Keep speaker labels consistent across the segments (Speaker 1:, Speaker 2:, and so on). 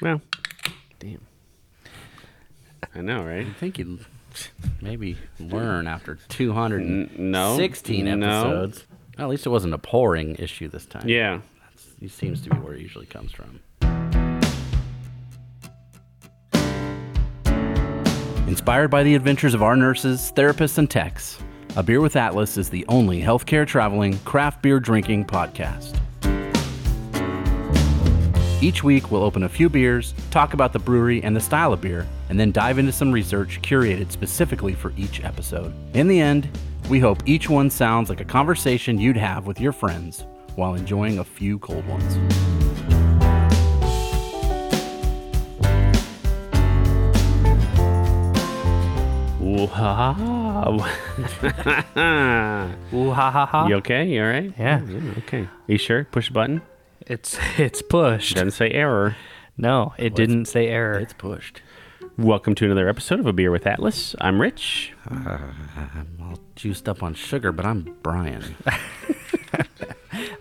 Speaker 1: Well, damn. I know, right?
Speaker 2: I think you maybe learn after 216
Speaker 1: no, no.
Speaker 2: episodes. Well, at least it wasn't a pouring issue this time.
Speaker 1: Yeah.
Speaker 2: It seems to be where it usually comes from. Inspired by the adventures of our nurses, therapists, and techs, A Beer with Atlas is the only healthcare traveling, craft beer drinking podcast. Each week, we'll open a few beers, talk about the brewery and the style of beer, and then dive into some research curated specifically for each episode. In the end, we hope each one sounds like a conversation you'd have with your friends while enjoying a few cold ones.
Speaker 1: Wow.
Speaker 3: Ooh, ha ha ha.
Speaker 1: You okay? You all right? Oh,
Speaker 3: Yeah.
Speaker 1: Okay. You sure? Push button.
Speaker 3: It's it's pushed.
Speaker 1: Doesn't say error.
Speaker 3: No, it didn't say error.
Speaker 2: It's pushed.
Speaker 1: Welcome to another episode of A Beer with Atlas. I'm Rich.
Speaker 2: I'm all juiced up on sugar, but I'm Brian.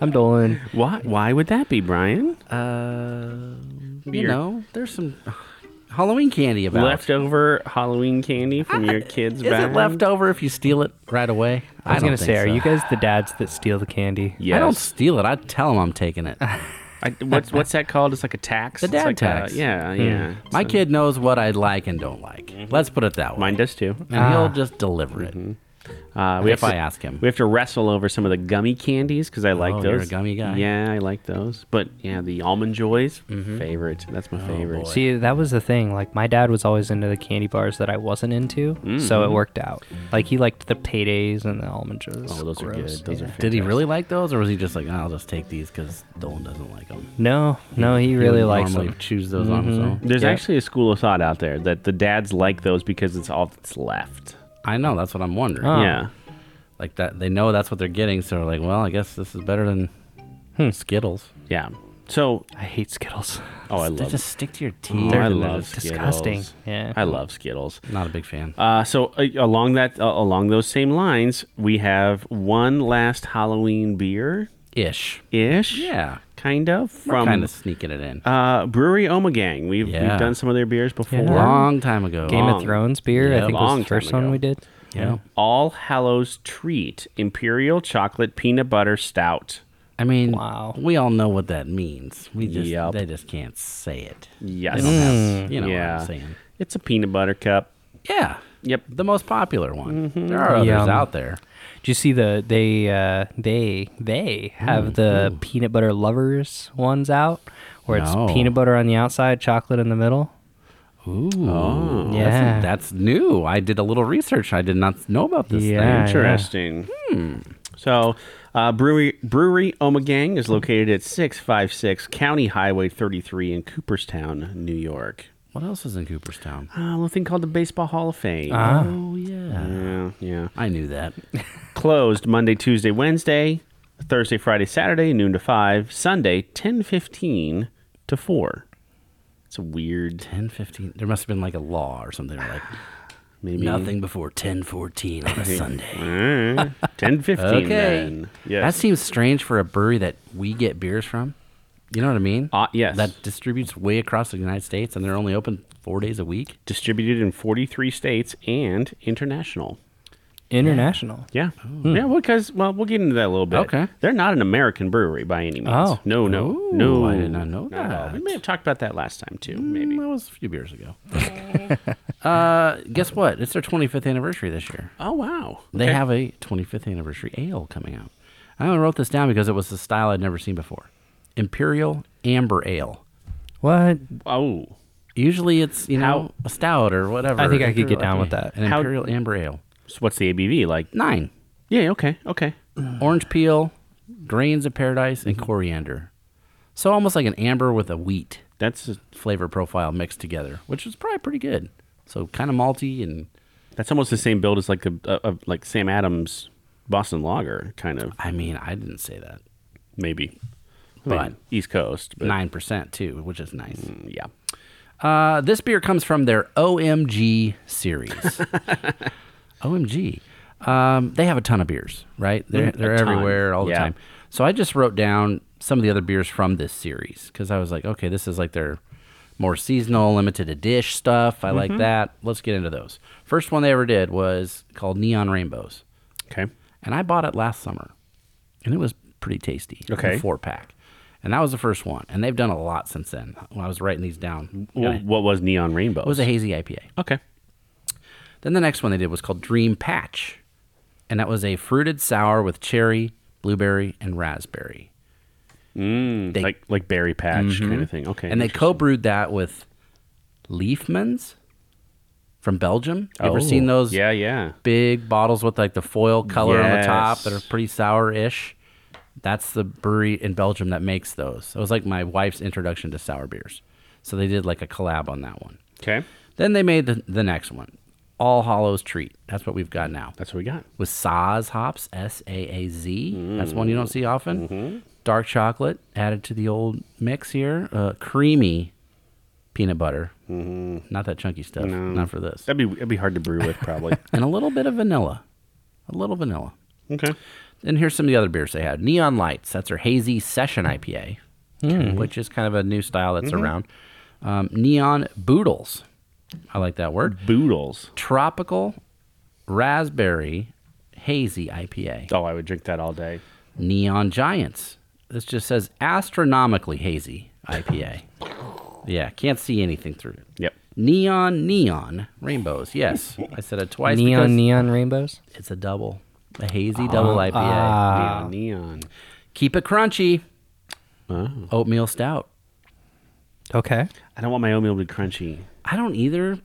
Speaker 3: I'm Dolan.
Speaker 1: Why? Why would that be, Brian?
Speaker 2: Uh, you
Speaker 1: Beer.
Speaker 2: know, there's some Halloween candy about.
Speaker 1: Leftover Halloween candy from your kids'
Speaker 2: Uh, Is
Speaker 1: bag?
Speaker 2: it left over if you steal it right away?
Speaker 3: I was
Speaker 2: don't
Speaker 3: gonna
Speaker 2: think
Speaker 3: say, are
Speaker 2: so.
Speaker 3: you guys the dads that steal the candy?
Speaker 1: Yes.
Speaker 2: I don't steal it. I tell them I'm taking it.
Speaker 1: I, what's what's that called? It's like a tax.
Speaker 2: The
Speaker 1: It's
Speaker 2: dad
Speaker 1: like a-
Speaker 2: tax. Hmm.
Speaker 1: yeah, yeah.
Speaker 2: My
Speaker 1: So-
Speaker 2: kid knows what I like and don't like.
Speaker 1: Mm-hmm.
Speaker 2: Let's put it that way.
Speaker 1: Mine does too.
Speaker 2: and
Speaker 3: Ah.
Speaker 2: he'll just deliver it.
Speaker 1: Uh, we
Speaker 2: If
Speaker 1: have
Speaker 2: I
Speaker 1: to,
Speaker 2: ask him.
Speaker 1: we have to wrestle over some of the gummy candies because I like
Speaker 2: Oh,
Speaker 1: those.
Speaker 2: you're a gummy guy. Mm-hmm.
Speaker 1: Yeah, I like those. But yeah, the almond joys, favorite. That's
Speaker 2: Oh,
Speaker 1: my favorite.
Speaker 2: boy.
Speaker 3: See, that was the thing. Like my dad was always into the candy bars that I wasn't into, so it
Speaker 1: Mm-hmm.
Speaker 3: worked out. Like he liked the paydays and the almond joys.
Speaker 1: Oh, those are good.
Speaker 3: Gross.
Speaker 1: Those are
Speaker 2: Did he really like those, or was he just like, I'll just take these because Dolan doesn't like them?
Speaker 3: No, no, he really likes
Speaker 2: normally
Speaker 3: them. Mm-hmm.
Speaker 2: choose those on his own.
Speaker 1: There's
Speaker 3: Yeah.
Speaker 1: actually a school of thought out there that the dads like those because it's all that's left.
Speaker 2: I know that's what I'm wondering.
Speaker 3: Oh.
Speaker 1: Yeah.
Speaker 2: Like that, they know that's what they're getting, so they're like, well, I guess this is better than
Speaker 3: Hmm.
Speaker 2: Skittles.
Speaker 1: Yeah. So,
Speaker 3: I hate Skittles.
Speaker 1: oh, I
Speaker 2: They
Speaker 1: love
Speaker 2: just stick to your teeth.
Speaker 1: Oh, I
Speaker 3: They're
Speaker 1: love
Speaker 3: disgusting.
Speaker 1: Skittles.
Speaker 3: Yeah.
Speaker 1: I love Skittles.
Speaker 2: Not a big fan.
Speaker 1: Uh, so uh, along that uh, along those same lines, we have one last Halloween beer
Speaker 2: Ish.
Speaker 1: ish.
Speaker 2: Yeah.
Speaker 1: Kind of from
Speaker 2: kind of sneaking it in.
Speaker 1: uh, brewery Omegang. We've
Speaker 2: Yeah.
Speaker 1: we've done some of their beers before.
Speaker 2: long time ago.
Speaker 3: Game
Speaker 1: long.
Speaker 3: of Thrones beer,
Speaker 2: Yeah,
Speaker 3: I think
Speaker 1: long
Speaker 3: was
Speaker 1: time
Speaker 3: the first
Speaker 1: ago.
Speaker 3: one we did.
Speaker 2: yeah.
Speaker 1: All Hallows Treat Imperial Chocolate Peanut Butter Stout.
Speaker 2: I mean,
Speaker 3: Wow.
Speaker 2: we all know what that means. We just
Speaker 1: Yep.
Speaker 2: they just can't say it.
Speaker 1: Yes.
Speaker 2: You know
Speaker 1: Mm, yeah.
Speaker 2: what I'm saying?
Speaker 1: It's a peanut butter cup.
Speaker 2: Yeah.
Speaker 1: Yep.
Speaker 2: The most popular one. There are others
Speaker 3: Mm-hmm. Yum.
Speaker 2: out there.
Speaker 3: Do you see the they uh, they they have
Speaker 2: Mm,
Speaker 3: the peanut butter lovers ones out, where
Speaker 2: No.
Speaker 3: it's peanut butter on the outside, chocolate in the middle.
Speaker 2: Ooh.
Speaker 3: Yeah.
Speaker 2: Oh, That's, that's new. I did a little research. I did not know about this
Speaker 3: Yeah.
Speaker 2: thing.
Speaker 1: Interesting. Hmm. So, uh, brewery brewery Omegang is located at six five six County Highway thirty three in Cooperstown, New York.
Speaker 2: What else is in Cooperstown?
Speaker 1: Uh, a little thing called the Baseball Hall of Fame.
Speaker 3: Ah.
Speaker 2: Oh yeah.
Speaker 1: yeah, yeah.
Speaker 2: I knew that.
Speaker 1: Closed Monday, Tuesday, Wednesday, Thursday, Friday, Saturday, noon to five, Sunday, ten fifteen to four. It's a weird,
Speaker 2: 10, 15. There must have been like a law or something like
Speaker 1: maybe
Speaker 2: nothing before 10, 14 on a Sunday.
Speaker 1: uh, ten fifteen.
Speaker 2: Okay.
Speaker 1: Then. Yes.
Speaker 2: That seems strange for a brewery that we get beers from. You know what I mean?
Speaker 1: Uh, yes.
Speaker 2: That distributes way across the United States and they're only open four days a week.
Speaker 1: distributed in 43 states and international.
Speaker 3: International.
Speaker 1: Yeah. Yeah, because, well, we'll get into that a little bit.
Speaker 2: Hmm. Okay.
Speaker 1: They're not an American brewery by any means.
Speaker 3: Oh.
Speaker 1: No, no,
Speaker 2: Ooh,
Speaker 1: no.
Speaker 2: I did not know
Speaker 1: at all. We
Speaker 2: that.
Speaker 1: may have talked about that last time, too,
Speaker 2: Mm,
Speaker 1: maybe.
Speaker 2: That was a few beers ago. uh, guess what? It's their 25th anniversary this year.
Speaker 1: Oh, wow.
Speaker 2: They
Speaker 1: Okay.
Speaker 2: have a 25th anniversary ale coming out. I only wrote this down because it was the style I'd never seen before Imperial Amber Ale.
Speaker 3: What?
Speaker 1: Oh.
Speaker 2: Usually it's, you know,
Speaker 1: How-
Speaker 2: a stout or whatever.
Speaker 3: I think I could get
Speaker 2: Imperial-
Speaker 3: down with that.
Speaker 2: An
Speaker 1: How-
Speaker 2: Imperial Amber Ale.
Speaker 1: So what's the ABV like?
Speaker 2: Nine.
Speaker 1: Yeah, okay, okay.
Speaker 2: Orange peel, grains of paradise, and coriander. So almost like an amber with a wheat
Speaker 1: That's
Speaker 2: flavor profile mixed together, which is probably pretty good. So kind of malty and
Speaker 1: that's almost the same build as like a, a, a- like Sam Adams Boston Lager, kind of,
Speaker 2: I mean, I didn't say that.
Speaker 1: maybe. I
Speaker 2: But-
Speaker 1: mean, East Coast. But, mm,
Speaker 2: Nine percent too, which is nice.
Speaker 1: Yeah.
Speaker 2: Uh, this beer comes from their OMG series. OMG, um, they have a ton of beers, right? They're,
Speaker 1: Mm, a
Speaker 2: they're
Speaker 1: ton.
Speaker 2: everywhere all the
Speaker 1: Yeah.
Speaker 2: time. So I just wrote down some of the other beers from this series because I was like, okay, this is like their more seasonal, limited to dish stuff. I
Speaker 1: Mm-hmm.
Speaker 2: like that. Let's get into those. First one they ever did was called Neon Rainbows,
Speaker 1: Okay.
Speaker 2: and I bought it last summer, and it was pretty tasty.
Speaker 1: Okay.
Speaker 2: four pack, and that was the first one. And they've done a lot since then. When I was writing these down,
Speaker 1: Wh- What was Neon Rainbow?
Speaker 2: it was a hazy IPA.
Speaker 1: okay.
Speaker 2: Then the next one they did was called Dream Patch, and that was a fruited sour with cherry, blueberry, and raspberry.
Speaker 1: Mm,
Speaker 2: They- Mm-hmm.
Speaker 1: like like berry patch kind of thing. Okay.
Speaker 2: and they co-brewed that with Leafmans from Belgium. You ever
Speaker 1: Oh,
Speaker 2: seen those
Speaker 1: Yeah, yeah.
Speaker 2: big bottles with like the foil color on the top that are
Speaker 1: Yes.
Speaker 2: pretty sour-ish? That's the brewery in Belgium that makes those. It was like my wife's introduction to sour beers. So they did like a collab on that one.
Speaker 1: Okay.
Speaker 2: Then they made the, the next one, All Hollows Treat. That's what we've got now
Speaker 1: That's what we got.
Speaker 2: with Saz hops, S A A Z. That's one you don't see often. Dark chocolate added to the old mix here. Uh, creamy peanut butter. Not that chunky stuff. Not for this.
Speaker 1: That'd be that'd be hard to brew with probably.
Speaker 2: And a little bit of vanilla. A little vanilla.
Speaker 1: okay.
Speaker 2: And here's some of the other beers they had. Neon Lights. That's their hazy session IPA, which is kind of a new style that's around. Um, Neon Boodles. I like that word.
Speaker 1: Boodles.
Speaker 2: Tropical Raspberry Hazy IPA.
Speaker 1: Oh, I would drink that all day.
Speaker 2: Neon Giants. This just says astronomically hazy IPA. yeah, can't see anything through it.
Speaker 1: Yep.
Speaker 2: Neon neon rainbows. Yes, I said it twice. because
Speaker 3: Neon neon rainbows.
Speaker 2: It's a double, a hazy double IPA. Ah.
Speaker 1: Neon, neon.
Speaker 2: Keep it crunchy. Oatmeal stout.
Speaker 3: Okay.
Speaker 1: I don't want my oatmeal to be crunchy.
Speaker 2: I don't either,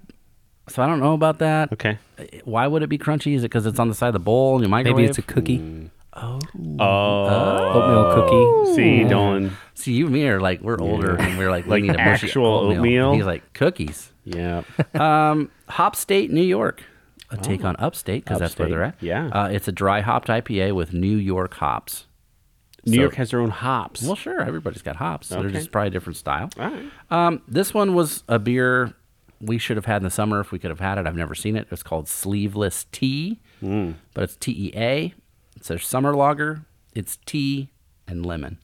Speaker 2: so I don't know about that.
Speaker 1: Okay.
Speaker 2: Why would it be crunchy? Is it because it's on the side of the bowl and you microwave? Mm.
Speaker 3: Maybe it's a cookie.
Speaker 2: Mm-hmm.
Speaker 1: Oh,
Speaker 3: Oatmeal cookie.
Speaker 1: see,
Speaker 2: Oh.
Speaker 1: Dolan.
Speaker 2: See, you and me are like we're older and we're like we
Speaker 1: Like
Speaker 2: need a mushy
Speaker 1: actual oatmeal?
Speaker 2: He's like cookies.
Speaker 1: Yeah.
Speaker 2: Um, Hop State, New York. A take on Upstate because that's where
Speaker 1: Upstate,
Speaker 2: they're at.
Speaker 1: Oh. yeah.
Speaker 2: Uh, it's a dry hopped IPA with New York hops.
Speaker 1: New
Speaker 2: So-
Speaker 1: York has their own hops.
Speaker 2: Well, sure, everybody's got hops. They're
Speaker 1: Okay.
Speaker 2: just probably a different style.
Speaker 1: all right.
Speaker 2: Um, this one was a beer we should have had in the summer if we could have had it. I've never seen it. It's called Sleeveless Tea,
Speaker 1: Hmm.
Speaker 2: but it's T E A. It's a summer lager. It's tea and lemon.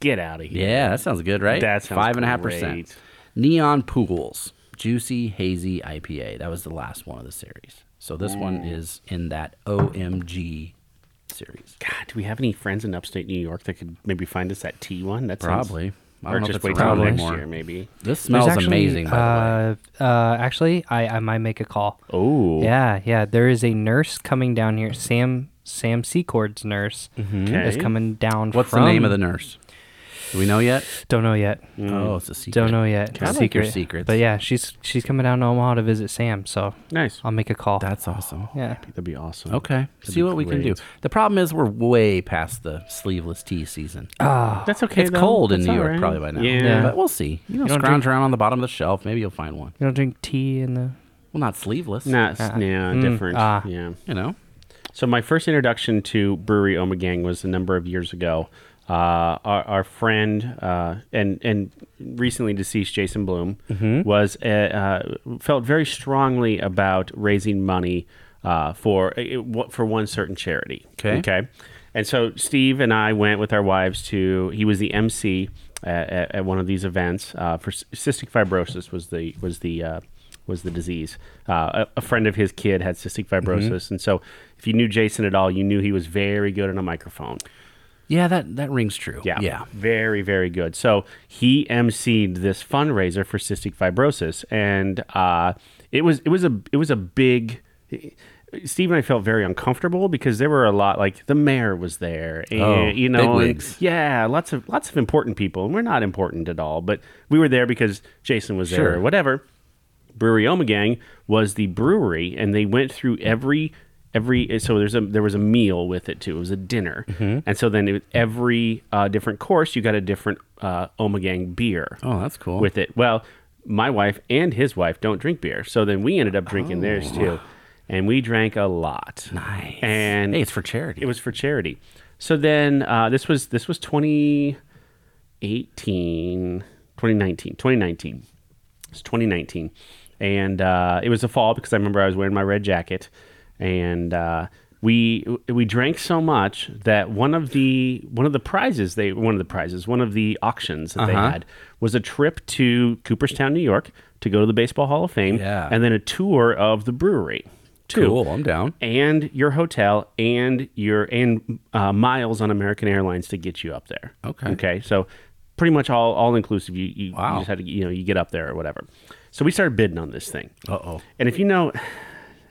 Speaker 1: Get out of here.
Speaker 2: Yeah, that sounds good, right?
Speaker 1: Oh. That sounds
Speaker 2: five and a half
Speaker 1: great.
Speaker 2: percent. Neon Pools, juicy hazy IPA. That was the last one of the series. So this one
Speaker 1: Hmm.
Speaker 2: is in that OMG series.
Speaker 1: God, do we have any friends in upstate New York that could maybe find us that tea one? That sounds-
Speaker 2: Probably. I
Speaker 1: or
Speaker 2: don't know if
Speaker 1: just
Speaker 2: it's
Speaker 1: wait till
Speaker 2: around
Speaker 1: next
Speaker 2: anymore.
Speaker 1: year, maybe.
Speaker 2: This
Speaker 3: There's
Speaker 2: smells amazing. By the way.
Speaker 3: uh, uh, actually, I, I might make a call.
Speaker 1: Oh,
Speaker 3: Yeah, yeah. There is a nurse coming down here. Sam Sam Secord's nurse is
Speaker 1: Okay.
Speaker 3: coming down.
Speaker 2: Mm-hmm. What's
Speaker 3: from,
Speaker 2: the name of the nurse? Do we know yet?
Speaker 3: Don't know yet.
Speaker 1: Mm.
Speaker 2: Oh, it's a secret.
Speaker 3: Don't know yet.
Speaker 2: I like your secrets.
Speaker 3: But yeah, she's she's coming down to Omaha to visit Sam. So
Speaker 1: nice.
Speaker 3: I'll make a call.
Speaker 2: That's awesome.
Speaker 3: yeah.
Speaker 1: That'd be awesome.
Speaker 2: Okay.
Speaker 1: That'd
Speaker 2: See
Speaker 1: be
Speaker 2: what we can do.
Speaker 1: great.
Speaker 2: The problem is we're way past the sleeveless tea season.
Speaker 1: That's okay.
Speaker 2: it's
Speaker 1: though.
Speaker 2: cold in
Speaker 1: That's Uh,
Speaker 2: New
Speaker 1: all
Speaker 2: York
Speaker 1: right.
Speaker 2: probably by now.
Speaker 1: Yeah.
Speaker 2: But we'll see. You know,
Speaker 3: don't
Speaker 2: scrounge around on the bottom of the shelf. Maybe you'll find one.
Speaker 3: You don't drink tea in the.
Speaker 2: Well, not sleeveless.
Speaker 1: Not yeah, different.
Speaker 3: Uh, ah.
Speaker 1: Yeah.
Speaker 2: You know.
Speaker 1: So my first introduction to brewery Omegang was a number of years ago. Uh, our, our friend uh, and and recently deceased Jason Bloom was uh, uh, felt very strongly about raising money uh, for uh, uh, for one certain charity.
Speaker 2: Okay.
Speaker 1: Okay. And so Steve and I went with our wives to. He was the MC at, at, at one of these events uh, for c- cystic fibrosis. Was the was the uh, was the disease. Uh, a, a friend of his kid had cystic fibrosis, and so if you knew Jason at all, you knew he was very good on a microphone.
Speaker 2: Yeah, that that rings true.
Speaker 1: Yeah.
Speaker 2: Yeah.
Speaker 1: Very, very good. So he emceed this fundraiser for cystic fibrosis, and uh, it was it was a it was a big. Steve and I felt very uncomfortable because there were a lot like the mayor was there, and,
Speaker 2: Oh,
Speaker 1: you know, and-
Speaker 2: bigwigs.
Speaker 1: yeah, lots of lots of important people, and we're not important at all, but we were there because Jason was there,
Speaker 2: Sure.
Speaker 1: or whatever. Brewery Omegang was the brewery, and they went through every every. So there's a there was a meal with it too. It was a dinner,
Speaker 2: Mm-hmm.
Speaker 1: and so then it, every uh, different course you got a different uh, Omegang beer
Speaker 2: Oh, that's cool.
Speaker 1: with it. Well, my wife and his wife don't drink beer, so then we ended up drinking theirs too, and we drank a lot.
Speaker 2: Oh. nice.
Speaker 1: And
Speaker 2: hey, it's for charity.
Speaker 1: it was for charity. So then uh, this was this was 2018, 2019, 2019. It's 2019, and uh, it was the fall because I remember I was wearing my red jacket, and uh, we we drank so much that one of the one of the prizes they one of the prizes one of the auctions that they
Speaker 2: Uh-huh.
Speaker 1: had was a trip to Cooperstown, New York, to go to the Baseball Hall of Fame,
Speaker 2: Yeah.
Speaker 1: and then a tour of the brewery. too.
Speaker 2: Cool, I'm down.
Speaker 1: And your hotel and your and uh, miles on American Airlines to get you up there.
Speaker 2: Okay.
Speaker 1: Okay. So pretty much all all inclusive. You you,
Speaker 2: Wow.
Speaker 1: you just had to you know you get up there or whatever. So we started bidding on this thing.
Speaker 2: Uh oh.
Speaker 1: And if you know,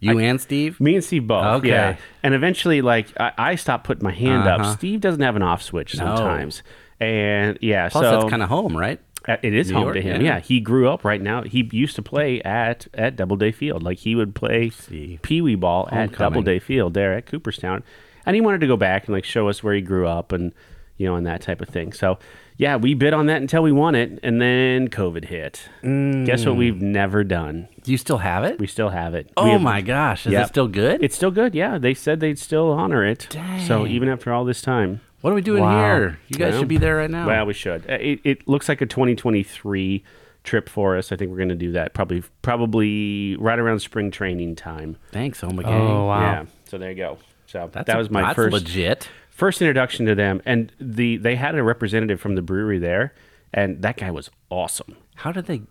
Speaker 2: You and Steve?
Speaker 1: me and Steve both.
Speaker 2: Okay.
Speaker 1: Yeah. And eventually, like, I, I stopped putting my hand
Speaker 2: Uh-huh.
Speaker 1: up. Steve doesn't have an off switch sometimes. And yeah,
Speaker 2: Plus,
Speaker 1: so
Speaker 2: that's kind of home, right?
Speaker 1: uh, it is
Speaker 2: New
Speaker 1: home
Speaker 2: York,
Speaker 1: to him.
Speaker 2: yeah.
Speaker 1: Yeah. he grew up right now. He used to play at at Doubleday Field. Like he would play
Speaker 2: see.
Speaker 1: pee wee ball at
Speaker 2: Homecoming.
Speaker 1: Doubleday Field there at Cooperstown, and he wanted to go back and like show us where he grew up and you know and that type of thing. So yeah, we bid on that until we won it, and then COVID hit.
Speaker 2: Mm.
Speaker 1: Guess what? We've never done.
Speaker 2: Do you still have it?
Speaker 1: We still have it.
Speaker 2: oh
Speaker 1: We have-
Speaker 2: my gosh, is
Speaker 1: Yep.
Speaker 2: it still good?
Speaker 1: It's still good. Yeah, they said they'd still honor it. So
Speaker 2: Dang.
Speaker 1: even after all this time,
Speaker 2: what are we doing
Speaker 3: Wow.
Speaker 2: here? You guys
Speaker 1: Well,
Speaker 2: should be there right now.
Speaker 1: Well, we should. Uh, It, it looks like a 2023 trip for us. I think we're going to do that probably probably right around spring training time.
Speaker 2: Thanks, home again.
Speaker 3: Oh wow.
Speaker 1: Yeah. So there you go. So
Speaker 2: That's
Speaker 1: that
Speaker 2: a-
Speaker 1: was my
Speaker 2: that's
Speaker 1: first
Speaker 2: legit.
Speaker 1: first introduction to them, and the they had a representative from the brewery there, and that guy was awesome.
Speaker 2: How did they?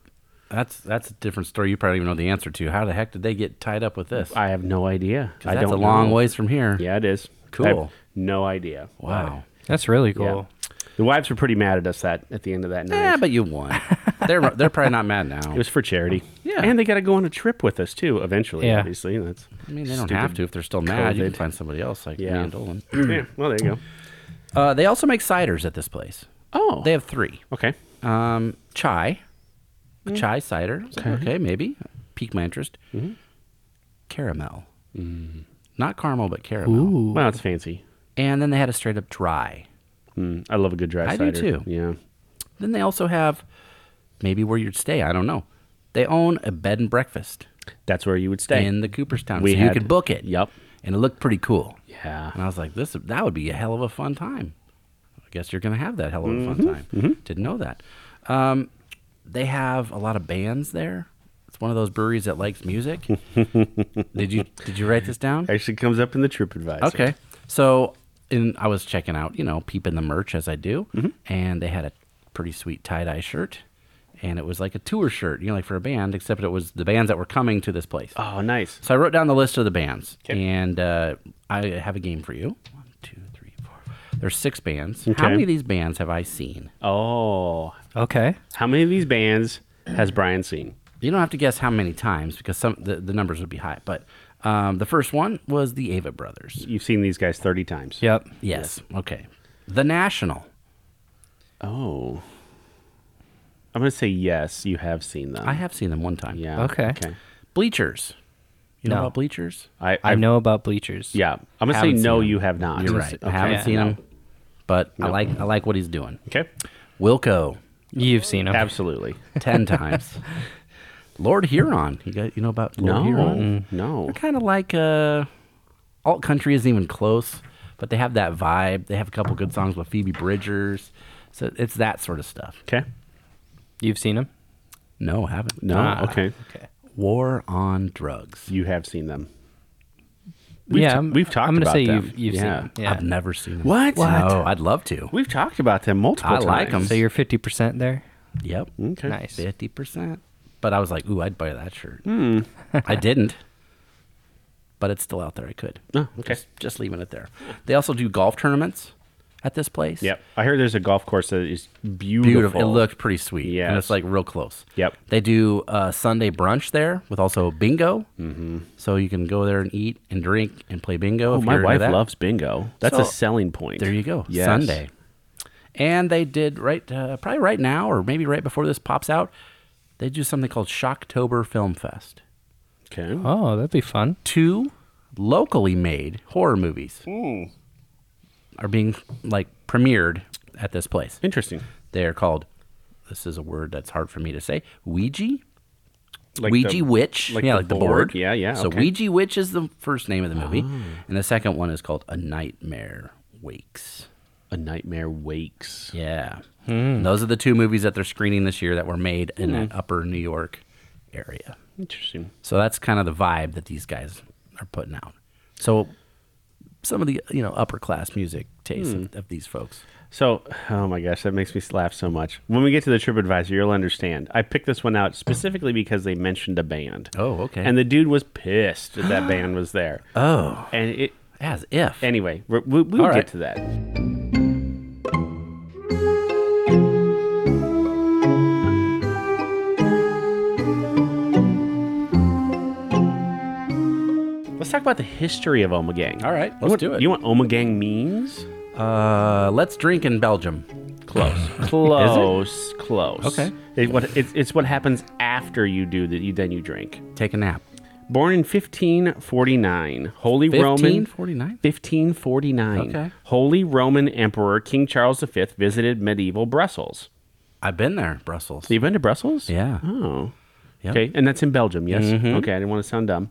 Speaker 2: That's that's a different story. You probably even know the answer to. How the heck did they get tied up with this?
Speaker 1: I have no idea. I
Speaker 2: that's
Speaker 1: don't
Speaker 2: a long
Speaker 1: know.
Speaker 2: ways from here.
Speaker 1: Yeah, it is.
Speaker 2: Cool.
Speaker 1: I have no idea.
Speaker 2: Wow.
Speaker 3: That's really
Speaker 1: Yeah.
Speaker 3: cool.
Speaker 1: The wives were pretty mad at us that at the end of that night.
Speaker 2: Yeah, but you won. they're they're probably not mad now.
Speaker 1: It was for charity.
Speaker 2: Yeah.
Speaker 1: And they got to go on a trip with us too, eventually,
Speaker 3: Yeah.
Speaker 1: obviously. That's
Speaker 2: I mean, they don't have to if they're still mad. You can find somebody else like
Speaker 1: Yeah.
Speaker 2: handle. And,
Speaker 1: yeah, well, there you go.
Speaker 2: uh, they also make ciders at this place.
Speaker 1: Oh.
Speaker 2: They have three.
Speaker 1: okay.
Speaker 2: Um, chai, a chai cider. Mm-hmm. Okay, Mm-hmm. maybe piqued my interest. Caramel, Mm-hmm. not caramel, but caramel.
Speaker 1: Well, it's fancy.
Speaker 2: And then they had a straight up dry.
Speaker 1: Mm, I love a good dry
Speaker 2: I do,
Speaker 1: cider.
Speaker 2: too.
Speaker 1: Yeah.
Speaker 2: Then they also have maybe where you'd stay. I don't know. They own a bed and breakfast
Speaker 1: That's where you would stay.
Speaker 2: in the Cooperstown,
Speaker 1: We
Speaker 2: so you
Speaker 1: had-
Speaker 2: could book it.
Speaker 1: Yup.
Speaker 2: and it looked pretty cool. And
Speaker 1: yeah.
Speaker 2: I was like, this that would be a hell of a fun time. I guess you're gonna have that hell of a
Speaker 1: Mm-hmm.
Speaker 2: fun time. Didn't know that. Um, they have a lot of bands there. It's one of those breweries that likes music. did you did you write this down?
Speaker 1: Actually comes up in the TripAdvisor.
Speaker 2: Okay. So and I was checking out, you know, peeping the merch as I do,
Speaker 1: Mm-hmm.
Speaker 2: and they had a pretty sweet tie dye shirt, and it was like a tour shirt, you know, like for a band, except it was the bands that were coming to this place.
Speaker 1: Oh, nice.
Speaker 2: So I wrote down the list of the bands,
Speaker 1: Okay.
Speaker 2: and uh, I have a game for you. One, two, three, four. five. There's six bands. How
Speaker 1: Okay.
Speaker 2: many of these bands have I seen?
Speaker 1: Oh.
Speaker 3: Okay.
Speaker 1: How many of these bands has Brian seen?
Speaker 2: You don't have to guess how many times because some the, the numbers would be high. But um, the first one was the Ava Brothers.
Speaker 1: You've seen these guys 30 times.
Speaker 3: Yep.
Speaker 2: Yes. Okay. The National.
Speaker 1: Oh. I'm going to say yes, you have seen them.
Speaker 2: I have seen them one time. Oh,
Speaker 1: Yeah.
Speaker 3: Okay.
Speaker 1: Okay.
Speaker 2: Bleachers. You know
Speaker 3: No.
Speaker 2: about Bleachers?
Speaker 1: I,
Speaker 3: I
Speaker 1: I've-
Speaker 3: know about bleachers.
Speaker 1: Yeah. I'm going to say
Speaker 2: Haven't seen
Speaker 1: no,
Speaker 2: them.
Speaker 1: you have not.
Speaker 2: You're right. I
Speaker 1: Okay.
Speaker 2: haven't
Speaker 3: Yeah.
Speaker 2: seen them, but I like I like what he's doing.
Speaker 1: Okay.
Speaker 2: Wilco.
Speaker 3: You've seen them.
Speaker 1: Absolutely.
Speaker 2: ten times. Lord Huron, you got you know about Lord Huron?
Speaker 1: No.
Speaker 2: They're kind of like uh, alt country isn't even close, but they have that vibe. They have a couple good songs with Phoebe Bridgers, so it's that sort of stuff.
Speaker 1: Okay.
Speaker 3: You've seen them.
Speaker 2: No, I haven't.
Speaker 1: No.
Speaker 3: Ah.
Speaker 1: Okay.
Speaker 3: Okay.
Speaker 2: War on Drugs.
Speaker 1: You have seen them.
Speaker 3: yeah,
Speaker 1: t-
Speaker 3: I'm-
Speaker 1: we've talked
Speaker 3: I'm gonna
Speaker 1: about
Speaker 3: say
Speaker 1: them.
Speaker 3: you've, you've
Speaker 1: Yeah.
Speaker 3: seen. 'em. Yeah.
Speaker 2: I've never seen. Them.
Speaker 1: What? What?
Speaker 2: No, I'd love to.
Speaker 1: We've talked about them multiple
Speaker 2: I
Speaker 1: times.
Speaker 2: like 'em.
Speaker 3: So you're fifty percent there.
Speaker 2: Yep.
Speaker 1: Okay.
Speaker 3: Nice.
Speaker 2: Fifty percent. But I was like, ooh, I'd buy that shirt.
Speaker 1: Hmm.
Speaker 2: I didn't. But it's still out there. I could.
Speaker 1: Oh, okay.
Speaker 2: Just, just leaving it there. They also do golf tournaments at this place.
Speaker 1: Yep. I heard there's a golf course that is beautiful.
Speaker 2: Beautiful. It looked pretty sweet. And
Speaker 1: Yes.
Speaker 2: it's like real close.
Speaker 1: Yep.
Speaker 2: They do uh, Sunday brunch there with also bingo. Mm-hmm. So you can go there and eat and drink and play bingo.
Speaker 1: Oh,
Speaker 2: if
Speaker 1: my
Speaker 2: you're into
Speaker 1: wife
Speaker 2: that.
Speaker 1: loves bingo. That's
Speaker 2: So-
Speaker 1: a selling point.
Speaker 2: There you go.
Speaker 1: Yes.
Speaker 2: Sunday. And they did right, uh, probably right now, or maybe right before this pops out, they do something called Shocktober Film Fest.
Speaker 1: Okay.
Speaker 3: Oh, that'd be fun.
Speaker 2: Two locally made horror movies are being like premiered at this place.
Speaker 1: Interesting.
Speaker 2: They're called, this is a word that's hard for me to say, Ouija?
Speaker 1: Like
Speaker 2: Ouija
Speaker 1: the-
Speaker 2: Witch.
Speaker 1: like
Speaker 2: yeah,
Speaker 1: the
Speaker 2: like the board.
Speaker 1: board. Yeah, yeah,
Speaker 2: So
Speaker 1: okay. Ah.
Speaker 2: Ouija Witch is the first name of the movie. And the second one is called A Nightmare Wakes.
Speaker 1: A Nightmare Wakes.
Speaker 2: Yeah. And Those are the two movies that they're screening this year that were made in that upper New York area.
Speaker 1: Interesting.
Speaker 2: So that's kind of the vibe that these guys are putting out. So some of the you know upper class music taste of, of these folks.
Speaker 1: So, oh my gosh, that makes me laugh so much. When we get to the TripAdvisor, you'll understand. I picked this one out specifically because they mentioned a band.
Speaker 2: Oh, okay.
Speaker 1: And the dude was pissed that that band was there.
Speaker 2: Oh,
Speaker 1: And it,
Speaker 2: as if.
Speaker 1: anyway, we're, we, we'll
Speaker 2: All
Speaker 1: get
Speaker 2: right.
Speaker 1: to that. Let's talk about the history of Omegang.
Speaker 2: All right, let's
Speaker 1: you want,
Speaker 2: do it.
Speaker 1: You want Omegang means?
Speaker 2: uh, let's drink in Belgium.
Speaker 1: Close. close. Close.
Speaker 2: Okay.
Speaker 1: It, what, it's it's what happens after you do that. You then you drink.
Speaker 2: Take a nap.
Speaker 1: Born in 1549, Holy Roman.
Speaker 2: 1549?
Speaker 1: 1549.
Speaker 2: Okay.
Speaker 1: Holy Roman Emperor King Charles V visited medieval Brussels.
Speaker 2: I've been there, Brussels.
Speaker 1: You've been to Brussels?
Speaker 2: Yeah. Mm-hmm.
Speaker 1: Oh.
Speaker 2: Yep.
Speaker 1: Okay, and that's in Belgium, yes? Okay, I didn't want to sound dumb.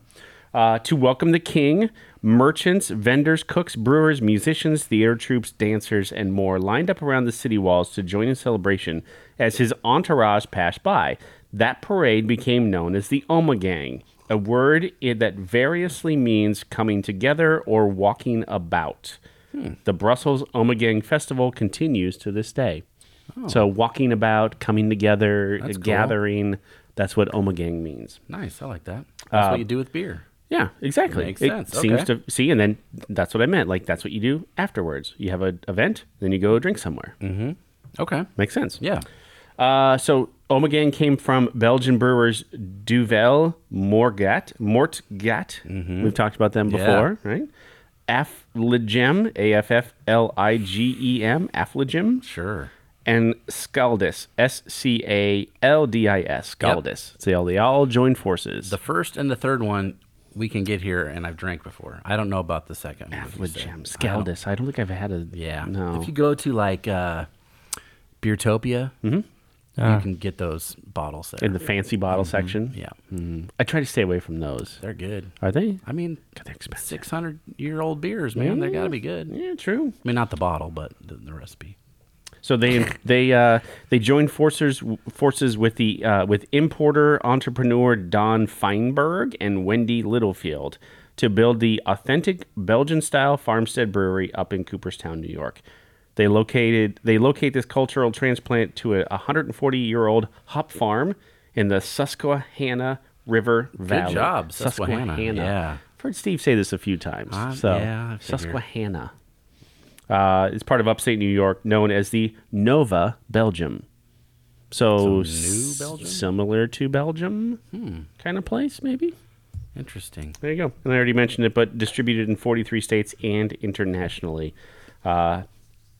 Speaker 1: Uh, to welcome the king, merchants, vendors, cooks, brewers, musicians, theater troops, dancers, and more lined up around the city walls to join in celebration as his entourage passed by. That parade became known as the Oma Gang, a word i- that variously means coming together or walking about.
Speaker 2: Hmm.
Speaker 1: The Brussels Oma Gang Festival continues to this day. So, walking about, coming together,
Speaker 2: Oh. That's cool.
Speaker 1: gathering, that's what Omegang means.
Speaker 2: Nice. I like that. That's what you do with beer.
Speaker 1: Yeah, exactly.
Speaker 2: Makes
Speaker 1: it
Speaker 2: sense,
Speaker 1: seems
Speaker 2: okay.
Speaker 1: to see, and then that's what I meant. Like that's what you do afterwards. You have an event, then you go drink somewhere.
Speaker 2: Okay.
Speaker 1: Makes sense.
Speaker 2: Mm. Yeah.
Speaker 1: Uh, so Omegang came from Belgian brewers Duvel Morgat, Mortgat. We've talked about them
Speaker 2: Mm-hmm. Yeah.
Speaker 1: before, right? Affligem, A F F L I G E M, Affligem,
Speaker 2: Sure.
Speaker 1: and Scaldis, S C A L D I S, Scaldis. So they all, they all joined forces.
Speaker 2: The first and the third one we can get here, and I've drank before. I don't know about the second. one, what you said.
Speaker 1: Affligem, Scaldis. uh, I don't, think I've had a.
Speaker 2: Yeah.
Speaker 1: No.
Speaker 2: If you go to like uh, Beertopia,
Speaker 1: Mm-hmm.
Speaker 3: Ah.
Speaker 2: you can get those bottles there.
Speaker 1: in the fancy bottle section.
Speaker 2: yeah.
Speaker 1: Mm. I try to stay away from those.
Speaker 2: They're good.
Speaker 1: Are they?
Speaker 2: I mean,
Speaker 1: They're expensive.
Speaker 2: 600 year old beers, man. They got to be good.
Speaker 1: Yeah, true.
Speaker 2: I mean, not the bottle, but the, the recipe.
Speaker 1: So they they uh, they joined forces forces with the uh, with importer entrepreneur Don Feinberg and Wendy Littlefield to build the authentic Belgian style farmstead brewery up in Cooperstown, New York. They located they locate this cultural transplant to a 140 year old hop farm in the Susquehanna River Valley.
Speaker 2: job, Susquehanna. Yeah.
Speaker 1: I've heard Steve say this a few times.
Speaker 2: Uh,
Speaker 1: so
Speaker 2: yeah, I figured.
Speaker 1: Susquehanna uh, is part of upstate New York, known as the Nova Belgium. So,
Speaker 2: new
Speaker 1: s-
Speaker 2: Belgium? Hmm.
Speaker 1: similar to Belgium, kind of place, maybe.
Speaker 2: Interesting.
Speaker 1: There you go. And I already mentioned it, but distributed in 43 states and internationally. Uh,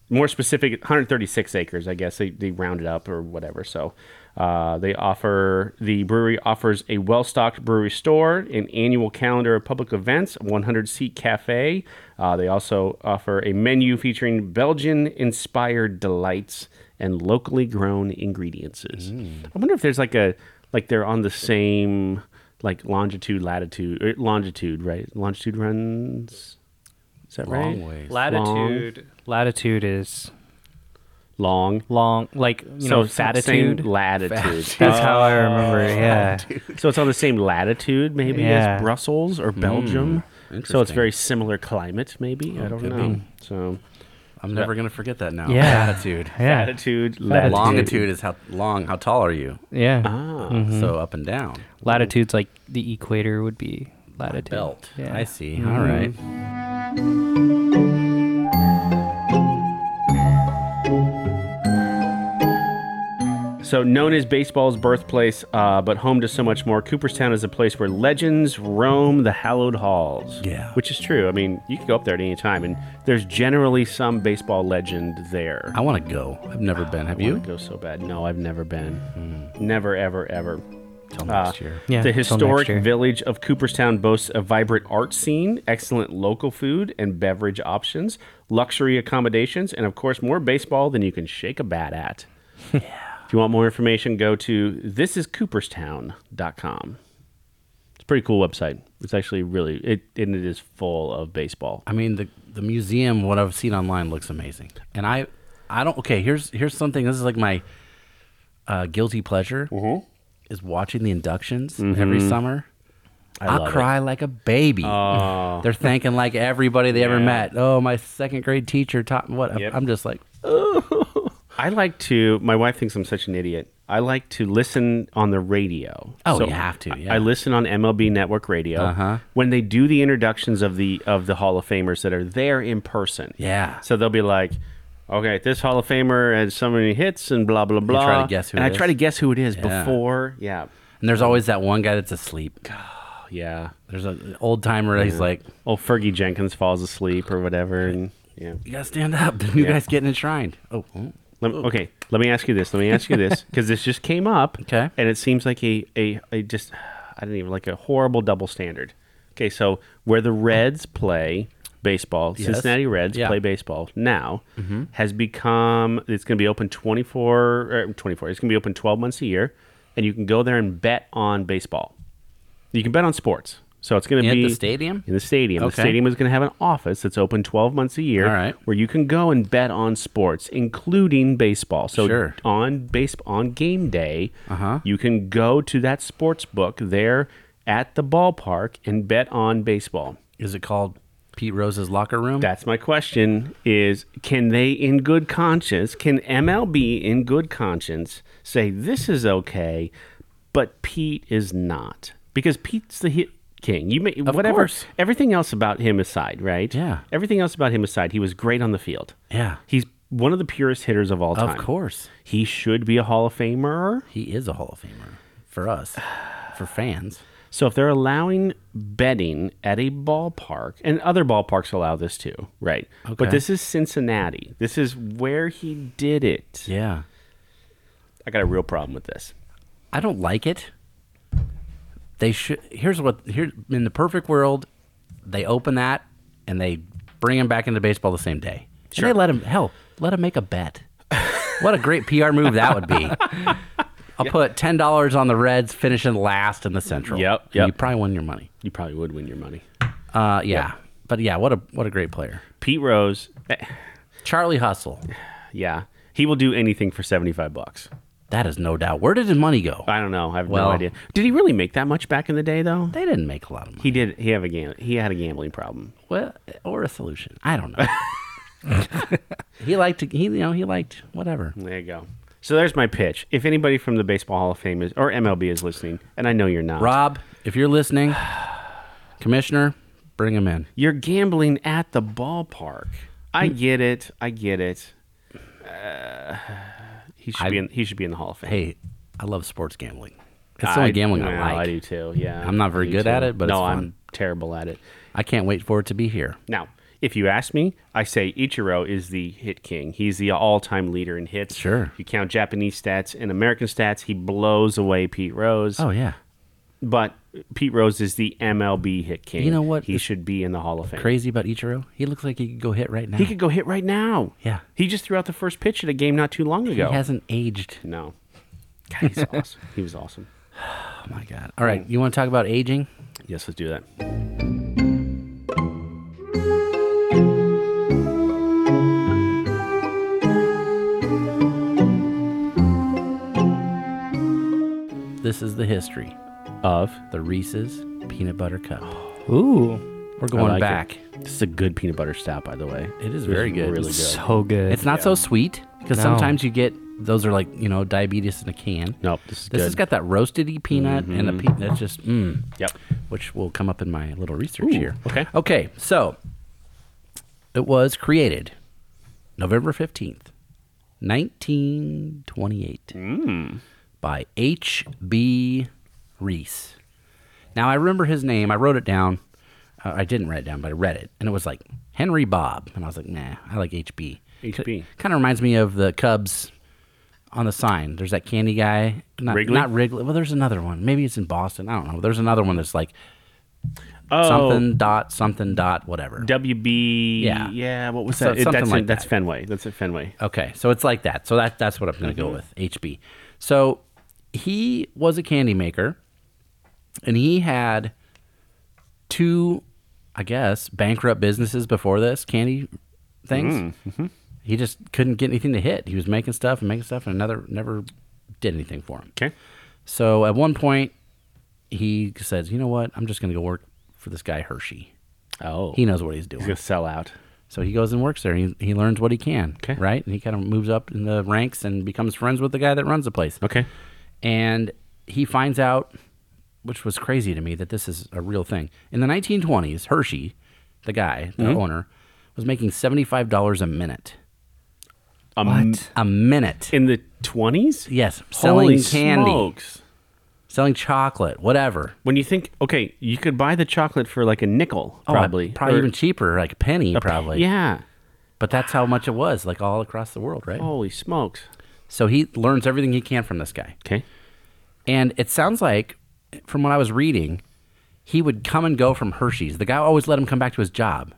Speaker 1: more specific, 136 acres, I guess they, they rounded up or whatever. So uh, they offer the brewery offers a well stocked brewery store, an annual calendar of public events, 100 seat cafe. Uh, they also offer a menu featuring Belgian inspired delights and locally grown ingredients. I wonder if there's like a like they're on the same like longitude, latitude, or longitude, right? Longitude runs. Is that
Speaker 2: Long
Speaker 1: right?
Speaker 2: ways.
Speaker 4: Latitude.
Speaker 3: Latitude is
Speaker 1: Long.
Speaker 3: long, like you know,
Speaker 1: it's on the
Speaker 3: fatitude.
Speaker 1: Same Oh. latitude.
Speaker 3: That's how I remember. it, Yeah.
Speaker 1: so it's on the same latitude, maybe
Speaker 3: Yeah.
Speaker 1: as Brussels or Belgium. so it's
Speaker 2: interesting.
Speaker 1: very similar climate, maybe. I don't
Speaker 2: could
Speaker 1: know.
Speaker 2: be.
Speaker 1: So
Speaker 2: I'm never going to forget that now.
Speaker 3: Yeah.
Speaker 2: Latitude.
Speaker 3: Yeah.
Speaker 1: latitude,
Speaker 3: Latitude.
Speaker 1: latitude.
Speaker 2: Longitude is how long, how tall are you?
Speaker 3: Yeah.
Speaker 1: Ah,
Speaker 3: Hmm.
Speaker 2: So up and down.
Speaker 3: Latitude's like the equator would be latitude.
Speaker 2: Belt.
Speaker 3: Yeah.
Speaker 2: I see. All right.
Speaker 1: Mm-hmm. So, known as baseball's birthplace, uh, but home to so much more, Cooperstown is a place where legends roam the hallowed halls.
Speaker 2: Yeah.
Speaker 1: Which is true. I mean, you could go up there at any time, and there's generally some baseball legend there.
Speaker 2: I want to go. I've never been. Have
Speaker 1: I
Speaker 2: you?
Speaker 1: wanna go so bad. No, I've never been. Never, ever, ever.
Speaker 2: Till
Speaker 1: Ah.
Speaker 2: next year.
Speaker 3: Yeah,
Speaker 1: the
Speaker 3: till next year.
Speaker 1: historic village of Cooperstown boasts a vibrant art scene, excellent local food and beverage options, luxury accommodations, and of course, more baseball than you can shake a bat at. If you want more information, go to thisiscooperstown.com. It's a pretty cool website. It's actually really it and it is full of baseball.
Speaker 2: I mean, the the museum, what I've seen online, looks amazing. And I, I don't. Okay, here's here's something. This is like my
Speaker 1: Mm-hmm.
Speaker 2: uh, guilty pleasure is watching the inductions every summer.
Speaker 1: I
Speaker 2: I'll
Speaker 1: love it.
Speaker 2: cry like a baby.
Speaker 1: Oh.
Speaker 2: They're thanking like everybody they ever
Speaker 1: Yeah.
Speaker 2: met. Oh, my second grade teacher taught me what?
Speaker 1: Yep.
Speaker 2: I'm just like,
Speaker 1: I like to. My wife thinks I'm such an idiot. I like to listen on the radio.
Speaker 2: Oh, you have to,
Speaker 1: I-
Speaker 2: yeah.
Speaker 1: I listen on MLB Network Radio
Speaker 2: Uh-huh.
Speaker 1: when they do the introductions of the of the Hall of Famers that are there in person.
Speaker 2: Yeah.
Speaker 1: So they'll be like, "Okay, this Hall of Famer has so many hits and blah blah blah."
Speaker 2: try to guess who
Speaker 1: and
Speaker 2: it
Speaker 1: I try
Speaker 2: is.
Speaker 1: to guess who it is
Speaker 2: Yeah.
Speaker 1: before. Yeah.
Speaker 2: and there's always that one guy that's asleep.
Speaker 1: Oh, yeah.
Speaker 2: There's an old timer.
Speaker 1: Mm-hmm.
Speaker 2: He's like,
Speaker 1: Old Fergie Jenkins falls asleep or whatever, and yeah.
Speaker 2: you gotta stand up. The new
Speaker 1: Yeah.
Speaker 2: guy's getting enshrined. Oh, oh.
Speaker 1: Lem- okay, let me ask you this. Let me ask you this because this just came up.
Speaker 2: Okay.
Speaker 1: And it seems like a, a, a just, I don't even like a horrible double standard. Okay, so where the Reds play baseball,
Speaker 2: Yes.
Speaker 1: Cincinnati Reds
Speaker 2: Yeah. Mm-hmm.
Speaker 1: play baseball now, has become, it's going to be open 24, or 24, it's going to be open 12 months a year, and you can go there and bet on baseball. You can bet on sports. So it's going to
Speaker 2: At
Speaker 1: be
Speaker 2: the stadium?
Speaker 1: In the stadium, the
Speaker 2: Okay.
Speaker 1: stadium is going to have an office that's open 12 months a year,
Speaker 2: All right.
Speaker 1: where you can go and bet on sports, including baseball. So
Speaker 2: Sure. Uh-huh.
Speaker 1: on base on game day, you can go to that sports book there at the ballpark and bet on baseball.
Speaker 2: is it called Pete Rose's locker room?
Speaker 1: That's my question is can they in good conscience can MLB in good conscience say this is okay but Pete is not because Pete's the hit king you may whatever
Speaker 2: course.
Speaker 1: everything else about him aside right
Speaker 2: Yeah.
Speaker 1: everything else about him aside he was great on the field
Speaker 2: yeah,
Speaker 1: he's one of the purest hitters of all
Speaker 2: of
Speaker 1: time
Speaker 2: course.
Speaker 1: he should be a hall of famer
Speaker 2: He is a Hall of Famer for us, for fans.
Speaker 1: So if they're allowing betting at a ballpark, and other ballparks allow this too, right?
Speaker 2: Okay.
Speaker 1: But this is Cincinnati. This is where he did it.
Speaker 2: Yeah,
Speaker 1: I got a real problem with this.
Speaker 2: I don't like it. They should. Here's what. Here in the perfect world, they open that and they bring him back into baseball the same day. And they let him. Hell, let him make a bet. what a great PR move that would be. I'll put ten dollars on the Reds finishing last in the Central.
Speaker 1: Yep,
Speaker 2: And
Speaker 1: yep.
Speaker 2: You probably won your money.
Speaker 1: You probably would win your money.
Speaker 2: Uh, yeah. But yeah, what a what a great player,
Speaker 1: Pete Rose, eh,
Speaker 2: Charlie Hustle.
Speaker 1: yeah, he will do anything for seventy-five bucks.
Speaker 2: That is no doubt. Where did his money go?
Speaker 1: I don't know. I have
Speaker 2: Well-
Speaker 1: no idea. Did he really make that much back in the day, though?
Speaker 2: They didn't make a lot of money.
Speaker 1: He did. He have a gam- He had a gambling problem.
Speaker 2: well, or a solution. I don't know. he liked to, he you know he liked whatever.
Speaker 1: There you go. So there's my pitch. If anybody from the Baseball Hall of Fame is or MLB is listening, and I know you're not,
Speaker 2: Rob, if you're listening, Commissioner, bring him in.
Speaker 1: You're gambling at the ballpark. I
Speaker 2: Hmm.
Speaker 1: get it. I get it. Uh, he should
Speaker 2: I-
Speaker 1: be in. He should be in the Hall of Fame.
Speaker 2: Hey, I love sports gambling. It's the only gambling I,
Speaker 1: no,
Speaker 2: like.
Speaker 1: I do too. Yeah,
Speaker 2: I'm not very
Speaker 1: I do
Speaker 2: good at it, but
Speaker 1: no,
Speaker 2: it's fun.
Speaker 1: I'm terrible at it.
Speaker 2: I can't wait for it to be here.
Speaker 1: Now, if you ask me, I say Ichiro is the hit king. He's the all-time leader in hits.
Speaker 2: Sure.
Speaker 1: If you count Japanese stats and American stats, he blows away Pete Rose.
Speaker 2: Oh yeah,
Speaker 1: But Pete Rose is the MLB hit king.
Speaker 2: You know what
Speaker 1: He
Speaker 2: is
Speaker 1: should be in the Hall of Fame.
Speaker 2: crazy about Ichiro. He looks like he could go hit right now.
Speaker 1: He could go hit right now.
Speaker 2: Yeah.
Speaker 1: He just threw out the first pitch at a game not too long
Speaker 2: He
Speaker 1: ago.
Speaker 2: hasn't aged.
Speaker 1: No. God, he's awesome. He was awesome.
Speaker 2: Oh my god. All right, you want to talk about aging?
Speaker 1: Yes, let's do that.
Speaker 2: This is the history
Speaker 1: Of
Speaker 2: the Reese's peanut butter cup.
Speaker 3: Ooh,
Speaker 2: We're going
Speaker 1: like it.
Speaker 2: back.
Speaker 1: this is a good peanut butter stout, by the way.
Speaker 2: It is
Speaker 1: It was
Speaker 2: very good.
Speaker 1: Really good.
Speaker 3: so good.
Speaker 2: It's not so sweet because
Speaker 3: No.
Speaker 2: sometimes you get those are like you know diabetes in a can.
Speaker 1: nope, this is
Speaker 2: This
Speaker 1: good. Mm-hmm.
Speaker 2: has got that roastedy peanut and the peanut that's just mm,
Speaker 1: yep.
Speaker 2: which will come up in my little research
Speaker 1: Ooh,
Speaker 2: here.
Speaker 1: okay.
Speaker 2: Okay. So it was created November fifteenth, nineteen twenty-eight,
Speaker 1: Hmm.
Speaker 2: by H. B. Reese. Now I remember his name. I wrote it down. Uh, I didn't write it down, but I read it, and it was like Henry Bob, and I was like, nah, I like HB.
Speaker 1: HB.
Speaker 2: Kind of reminds me of the Cubs on the sign. There's that candy guy. Not,
Speaker 1: Wrigley?
Speaker 2: Not Wrigley. Well, there's another one. Maybe it's in Boston. I don't know. There's another one that's like
Speaker 1: Oh,
Speaker 2: something dot something dot whatever.
Speaker 1: WB.
Speaker 2: Yeah.
Speaker 1: Yeah. What was
Speaker 2: So-
Speaker 1: that? It-
Speaker 2: something
Speaker 1: that's
Speaker 2: like
Speaker 1: that's
Speaker 2: that.
Speaker 1: Fenway. That's at Fenway.
Speaker 2: Okay, so it's like that. So that that's what I'm going to go with. HB. So he was a candy maker, and he had two, I guess, bankrupt businesses before this candy things. He just couldn't get anything to hit. He was making stuff and making stuff, and another never did anything for him.
Speaker 1: Okay.
Speaker 2: So at one point, he says, you know what? I'm just going to go work for this guy, Hershey.
Speaker 1: Oh,
Speaker 2: He knows what he's
Speaker 1: he's
Speaker 2: doing.
Speaker 1: gonna sell out.
Speaker 2: So he goes and works there. He, he learns what he can,
Speaker 1: Okay.
Speaker 2: right? And he kind of moves up in the ranks and becomes friends with the guy that runs the place.
Speaker 1: Okay.
Speaker 2: And he finds out, which was crazy to me, that this is a real thing. In the 1920s, Hershey, the guy, the
Speaker 1: Mm-hmm.
Speaker 2: owner, was making $75 a minute.
Speaker 1: Um,
Speaker 3: What?
Speaker 2: A minute.
Speaker 1: In the twenties?
Speaker 2: yes, selling
Speaker 1: Holy
Speaker 2: candy,
Speaker 1: smokes.
Speaker 2: selling chocolate, whatever.
Speaker 1: When you think, okay, you could buy the chocolate for like a nickel,
Speaker 2: Oh,
Speaker 1: probably,
Speaker 2: probably
Speaker 1: or-
Speaker 2: even cheaper, like a penny, probably.
Speaker 1: Yeah.
Speaker 2: But that's how much it was, like all across the world, right?
Speaker 1: Holy smokes.
Speaker 2: So he learns everything he can from this guy.
Speaker 1: Okay.
Speaker 2: And it sounds like, from what I was reading, he would come and go from Hershey's. The guy always let him come back to his job.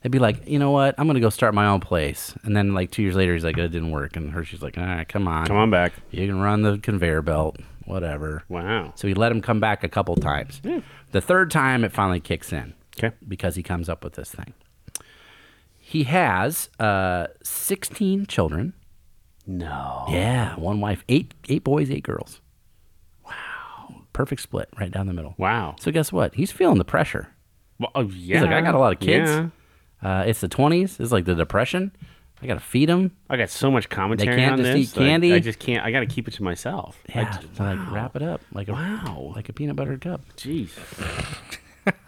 Speaker 2: They'd be like, you know what? I'm going to go start my own place. And then, like, two years later, he's like, it didn't work. And Hershey's like, all right, come on.
Speaker 1: Come on back.
Speaker 2: You can run the conveyor belt, whatever.
Speaker 1: Wow.
Speaker 2: So he let him come back a couple times. The third time, it finally kicks in
Speaker 1: Okay.
Speaker 2: because he comes up with this thing. He has uh, 16 children.
Speaker 1: No.
Speaker 2: Yeah, one wife, eight eight boys, eight girls. Wow, perfect split right down the middle.
Speaker 1: Wow.
Speaker 2: So guess what? He's feeling the pressure.
Speaker 1: Well, oh, yeah.
Speaker 2: He's like, I got a lot of kids.
Speaker 1: Yeah.
Speaker 2: Uh, it's the twenties. It's like the depression. I gotta feed them.
Speaker 1: I got so much commentary
Speaker 2: can't
Speaker 1: on
Speaker 2: just
Speaker 1: this.
Speaker 2: eat
Speaker 1: like,
Speaker 2: candy?
Speaker 1: I just can't. I got to keep it to myself. I
Speaker 2: Yeah,
Speaker 1: d-
Speaker 2: to, like wrap it up like a
Speaker 1: Wow.
Speaker 2: like a peanut butter cup.
Speaker 1: Jeez.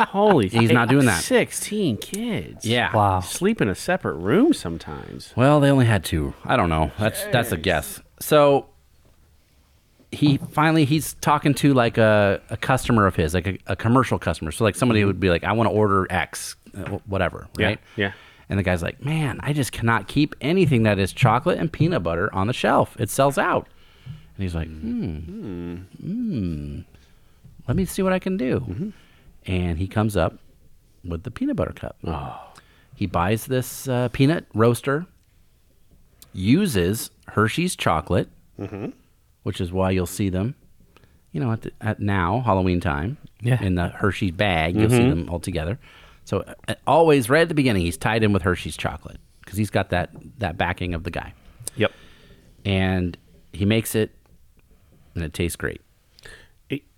Speaker 1: Holy.
Speaker 2: He's not doing that.
Speaker 1: Sixteen kids.
Speaker 2: Yeah.
Speaker 3: Wow.
Speaker 1: Sleep in a separate room sometimes.
Speaker 2: Well, they only had two. I don't know. That's that's a guess. So he finally he's talking to like a, a customer of his, like a, a commercial customer. So like somebody would be like, I want to order X, uh, wh- whatever,
Speaker 1: Mm-hmm. Yeah,
Speaker 2: right?
Speaker 1: yeah.
Speaker 2: And the guy's like, Man, I just cannot keep anything that is chocolate and peanut butter on the shelf. It sells out. And he's like, Hmm, hmm, let me see what I can do. And he comes up with the peanut butter cup. He buys this uh, peanut roaster, uses Hershey's chocolate, which is why you'll see them, you know, at, the, at now Halloween time
Speaker 3: Yeah.
Speaker 2: in the Hershey bag. You'll see them all together. So uh, always, right at the beginning, he's tied in with Hershey's chocolate because he's got that that backing of the guy,
Speaker 1: Yep.
Speaker 2: and he makes it, and it tastes great.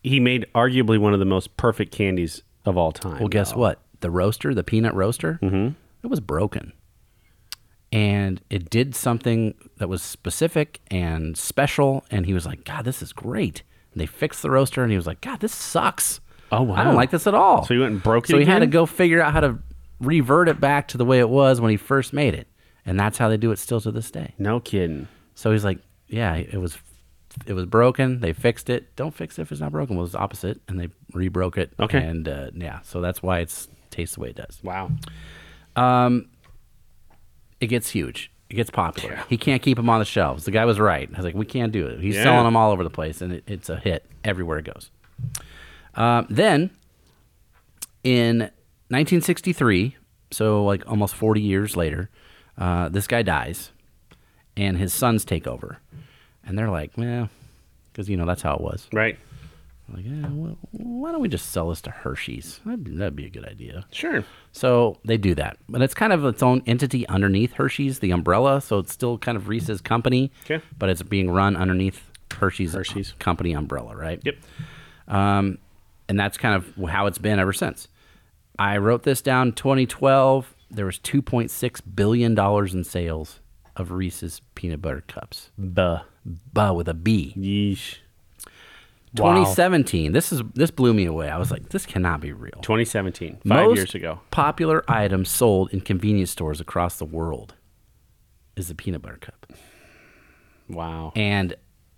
Speaker 1: He made arguably one of the most perfect candies of all time. Mm-hmm.
Speaker 2: Well, guess what? The roaster, the peanut roaster, it was broken. And it did something that was specific and special. And he was like, God, this is great. And they fixed the roaster. And he was like, God, this sucks.
Speaker 1: Oh,
Speaker 2: I
Speaker 1: wow.
Speaker 2: don't like this at all.
Speaker 1: So he went and broke it
Speaker 2: So he had to
Speaker 1: again?
Speaker 2: go figure out how to revert it back to the way it was when he first made it. And that's how they do it still to this day.
Speaker 1: No kidding.
Speaker 2: So he's like, yeah, it was it was broken. They fixed it. Don't fix it if it's not broken. Well, it's opposite, and they re-broke it.
Speaker 1: Okay.
Speaker 2: And uh, yeah, so that's why it's tastes the way it does.
Speaker 1: Wow.
Speaker 2: It gets huge. It gets popular. He can't keep them on the shelves. The guy was right. I was like, we can't do it. He's
Speaker 1: Yeah.
Speaker 2: selling them all over the place, and it, it's a hit everywhere it goes. Um, then, in 1963, so like almost 40 years later, uh, this guy dies, and his sons take over, and they're like, well, because you know that's how it was.
Speaker 1: Right.
Speaker 2: Like, yeah, well, why don't we just sell this to Hershey's? That'd be, that'd be a good idea.
Speaker 1: Sure.
Speaker 2: So they do that, but it's kind of its own entity underneath Hershey's, the umbrella. So it's still kind of Reese's company,
Speaker 1: Okay.
Speaker 2: but it's being run underneath Hershey's,
Speaker 1: Hershey's.
Speaker 2: company umbrella, right?
Speaker 1: Yep.
Speaker 2: Um, and that's kind of how it's been ever since. I wrote this down. 2012, there was 2.6 billion dollars in sales of Reese's peanut butter cups,
Speaker 1: Buh.
Speaker 2: but with a B.
Speaker 1: Yeesh.
Speaker 3: Wow.
Speaker 2: 2017. This is this blew me away. I was like, this cannot be real.
Speaker 1: 2017. Five
Speaker 2: Most
Speaker 1: years ago.
Speaker 2: Popular item sold in convenience stores across the world is the peanut butter cup.
Speaker 1: Wow.
Speaker 2: And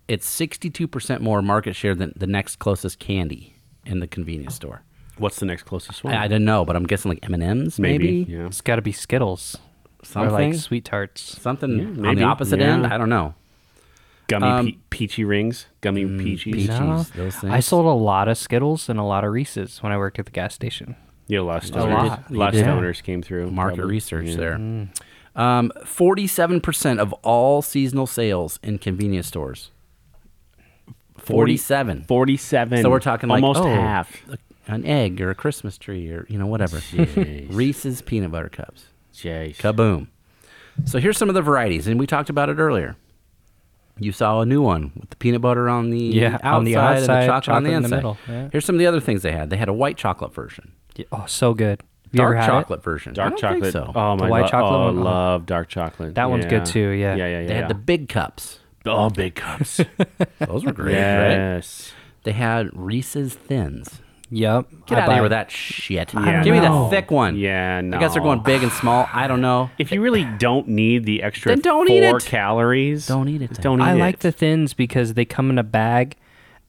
Speaker 2: it's 62% more market share than the next closest candy in the convenience store.
Speaker 1: What's the next closest one?
Speaker 2: I, I don't know, but I'm guessing like M&Ms maybe,
Speaker 1: Yeah.
Speaker 3: It's got to be Skittles.
Speaker 2: something
Speaker 3: Or like sweet tarts.
Speaker 2: something on
Speaker 1: maybe,
Speaker 2: the opposite
Speaker 1: yeah.
Speaker 2: end, I don't know.
Speaker 1: Gummy
Speaker 2: Um, Mm,
Speaker 1: pe- peachy rings. Gummy peaches.
Speaker 2: peach-
Speaker 3: No,
Speaker 2: Jeez, those
Speaker 3: I
Speaker 2: things.
Speaker 3: sold a lot of Skittles and a lot of Reese's when I worked at the gas station.
Speaker 1: Yeah, a lot of stoners.
Speaker 3: lot.
Speaker 1: A lot of
Speaker 2: Yeah.
Speaker 1: stoners came through.
Speaker 2: Market
Speaker 1: probably. Mm.
Speaker 2: research there. Um, 47% of all seasonal sales in convenience stores. 47.
Speaker 1: 47.
Speaker 2: So we're talking like
Speaker 1: almost
Speaker 2: oh,
Speaker 1: half.
Speaker 2: an egg or a Christmas tree or you know whatever. Reese's peanut butter cups.
Speaker 1: Jeez.
Speaker 2: Kaboom. So here's some of the varieties, and we talked about it earlier. You saw a new one with the peanut butter on the
Speaker 3: Yeah,
Speaker 2: outside,
Speaker 3: on
Speaker 2: and
Speaker 3: the
Speaker 2: the
Speaker 3: outside,
Speaker 2: chocolate, on the
Speaker 3: chocolate in
Speaker 2: inside.
Speaker 3: the middle, yeah.
Speaker 2: Here's some of the other things they had. They had a white chocolate version,
Speaker 3: Yeah, Oh, so good. Have you ever
Speaker 2: dark
Speaker 3: had
Speaker 2: chocolate version. I
Speaker 1: Dark
Speaker 2: don't
Speaker 1: chocolate.
Speaker 2: Think so
Speaker 1: Oh my
Speaker 3: white
Speaker 1: god.
Speaker 3: chocolate
Speaker 1: Oh,
Speaker 3: one? Oh.
Speaker 2: Uh-huh.
Speaker 1: love dark chocolate.
Speaker 3: That one's good too, yeah.
Speaker 1: Yeah, yeah, yeah.
Speaker 2: they had the big cups.
Speaker 1: the all big cups.
Speaker 2: Those were great. right?
Speaker 1: yes.
Speaker 2: They had Reese's Thins.
Speaker 3: it? Yep.
Speaker 2: Get
Speaker 3: I
Speaker 2: out of
Speaker 3: buy
Speaker 2: here with
Speaker 3: it.
Speaker 2: that shit.
Speaker 1: Yeah,
Speaker 2: Give me
Speaker 1: no.
Speaker 2: the thick one.
Speaker 1: Yeah, no.
Speaker 2: I guess they're going big and small. I don't know.
Speaker 1: If you really don't need the extra
Speaker 2: Then don't
Speaker 1: four
Speaker 2: eat it.
Speaker 1: calories,
Speaker 2: Don't eat it then.
Speaker 1: Don't eat
Speaker 3: I
Speaker 1: it.
Speaker 3: like the thins because they come in a bag,